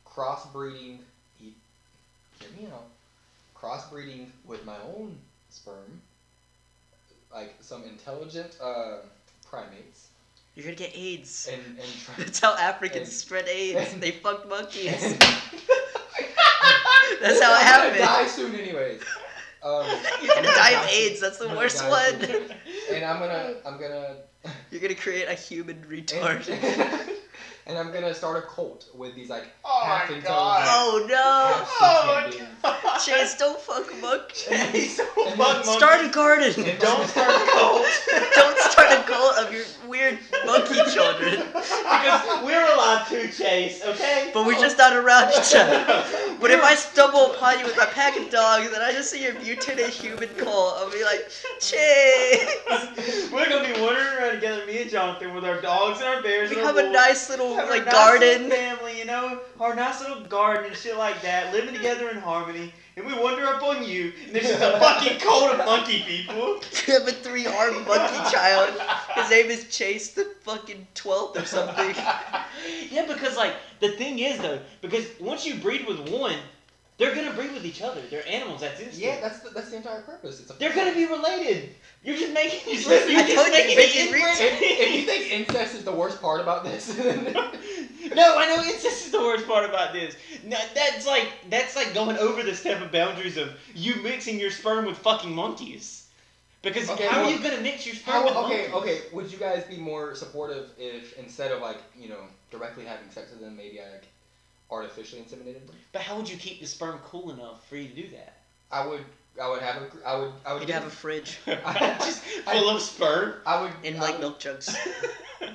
C: crossbreeding. Eat, hear me out. Crossbreeding with my own sperm, like some intelligent uh, primates,
B: You're gonna get AIDS.
C: and and try.
B: That's how Africans
C: And-
B: spread AIDS.
C: and-
B: They fucked monkeys.
C: and-
B: That's how it
C: I'm gonna
B: happened.
C: Die soon, anyways. Um,
B: You're gonna die of
C: die soon.
B: AIDS. That's the
C: I'm gonna
B: worst
C: die
B: one.
C: soon. and I'm gonna I'm gonna
B: You're gonna create a human
C: and,
B: retard.
C: and I'm gonna start a cult with these like
A: Oh
C: half
A: my
C: intelligent-
A: god.
B: oh no!
A: Oh
C: Half
A: my god.
B: Chase, don't fuck monkeys.
A: Fuck monkeys.
B: Start a garden.
C: And
A: Don't start a cult.
B: Don't start a cult of your weird monkey children.
A: because we're allowed to chase, okay?
B: But we're just not around each other. But if I stumble upon you with my pack of dogs and I just see your mutated human cult, I'll be like, Chase,
A: we're gonna be wandering around together, me and Jonathan, with our dogs and our bears.
B: we
A: and our
B: have a
A: wolves.
B: nice little
A: Have our
B: like
A: nice
B: garden.
A: little family, you know, our nice little garden and shit like that, living together in harmony. And we wander up on you, and there's just a fucking cult of monkey people.
B: You have a three-armed monkey child. His name is Chase the fucking twelfth or something.
A: yeah, because like the thing is though, because once you breed with one, they're gonna breed with each other. They're animals. That's instinct.
C: Yeah, that's the, that's the entire purpose. It's a
A: They're gonna be related. You're just making. You're just,
B: Listen,
A: you're
B: I
A: just
B: told you,
A: making
B: make it
A: the
B: reach-
C: If, if you
A: inference.
C: think incest is the worst part about this, then
A: no, I know incest is the worst part about this. No, that's like that's like going over the step of boundaries of you mixing your sperm with fucking monkeys. Because
C: Okay,
A: how
C: well,
A: are you gonna mix your sperm
C: how,
A: with
C: okay,
A: monkeys?
C: okay. Would you guys be more supportive if instead of like you know directly having sex with them, maybe I like artificially inseminated them.
A: But how would you keep the sperm cool enough for you to do that?
C: I would. I would have a. gr- I would. I would.
B: You'd
C: do-
B: have a fridge
A: Just full of sperm.
C: I would.
B: and
C: I
B: like
C: would-
B: milk jugs.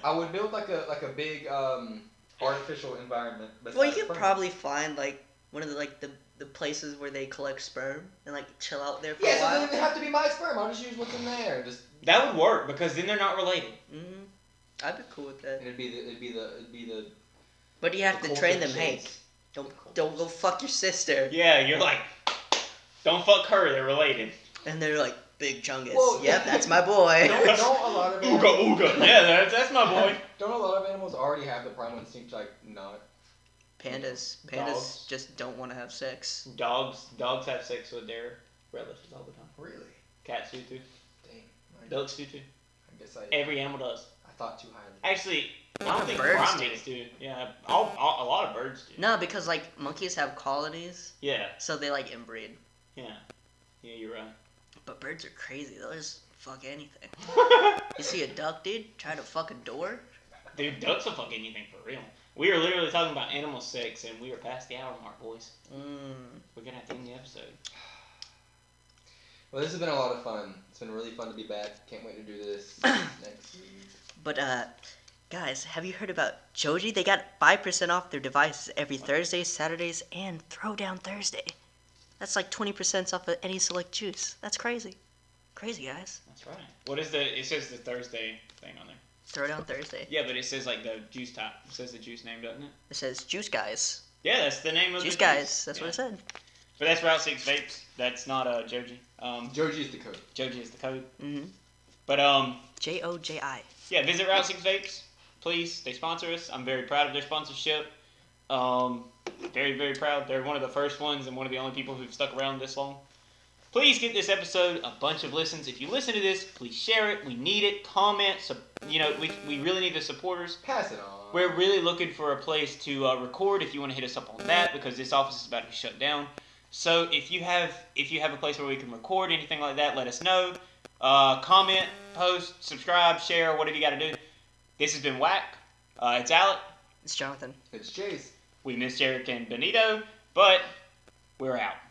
C: I would build like a like a big um, artificial environment.
B: Well, you
C: besides
B: could
C: sperm.
B: probably find like one of the like the, the places where they collect sperm and like chill out there for
C: Yeah,
B: a
C: so it
B: while.
C: doesn't even have to be my sperm. I'll just use what's in there. and Just
A: that would work because then they're not related.
B: hmm I'd be cool with that.
C: and it'd be the it'd be the it'd be the.
B: But you have
C: the
B: to train them,
C: culture
B: hey,
C: shades.
B: don't
C: Culture
B: don't go fuck your sister.
A: Yeah, you're like, don't fuck her. They're related.
B: And they're like, Big Chungus.
C: Well,
B: yep, that's my boy.
C: Don't, don't a lot of
A: Ooga
C: animals,
A: ooga. Yeah, that's, that's my boy.
C: don't a lot of animals already have the primal instinct to, like not?
B: pandas. Pandas
A: Dogs.
B: just don't want to have sex.
A: Dogs dogs have sex with their relatives all the time.
C: Really?
A: Cats do too.
C: Dang. I,
A: Ducks do too.
C: I guess I,
A: Every animal does.
C: I thought too highly.
A: Actually, I don't think
B: Birds do.
A: primates do. Yeah, all, all, a lot of birds do.
B: No, because like monkeys have colonies,
A: Yeah,
B: so they like inbreed.
A: yeah, yeah. You're
B: But birds are crazy. They'll just fuck anything.
A: right.
B: You see a duck, dude, try to fuck a door.
A: Dude, ducks will fuck anything for real. We are literally talking about animal sex, and we are past the hour mark, boys.
B: Mm.
A: We're gonna have to end the episode.
C: Well, this has been a lot of fun. It's been really fun to be back. Can't wait to do this next week.
B: But uh, guys, have you heard about Joji? They got five percent off their devices every Thursday, Saturdays, and Throwdown Thursday. That's like twenty percent off of any select juice. That's crazy, crazy guys.
A: That's right. What is the? It says the Thursday thing on there.
B: Throwdown Thursday.
A: Yeah, but it says like the juice type. It says the juice name, doesn't it?
B: It says juice guys.
A: Yeah, that's the name of
B: Juice
A: the juice.
B: guys. That's what it
A: Yeah.
B: said.
A: But that's Route Six Vapes. That's not uh Joji. Um,
C: Joji is the code.
A: Joji is the code.
B: Mm-hmm.
A: But um,
B: J O J I.
A: yeah, visit Route Six Vapes, please. They sponsor us. I'm very proud of their sponsorship. Um, very very proud. They're one of the first ones and one of the only people who've stuck around this long. Please get this episode a bunch of listens. If you listen to this, please share it. We need it. Comment. So, you know, we, we really need the supporters.
C: Pass it on.
A: We're really looking for a place to uh, record. If you want to hit us up on that, because this office is about to be shut down. So if you have if you have a place where we can record anything like that, let us know. Uh, comment, post, subscribe, share, whatever you got to do. This has been whack. Uh, it's Alec.
B: It's Jonathan.
C: It's Chase.
A: We missed Eric and Benito, but we're out.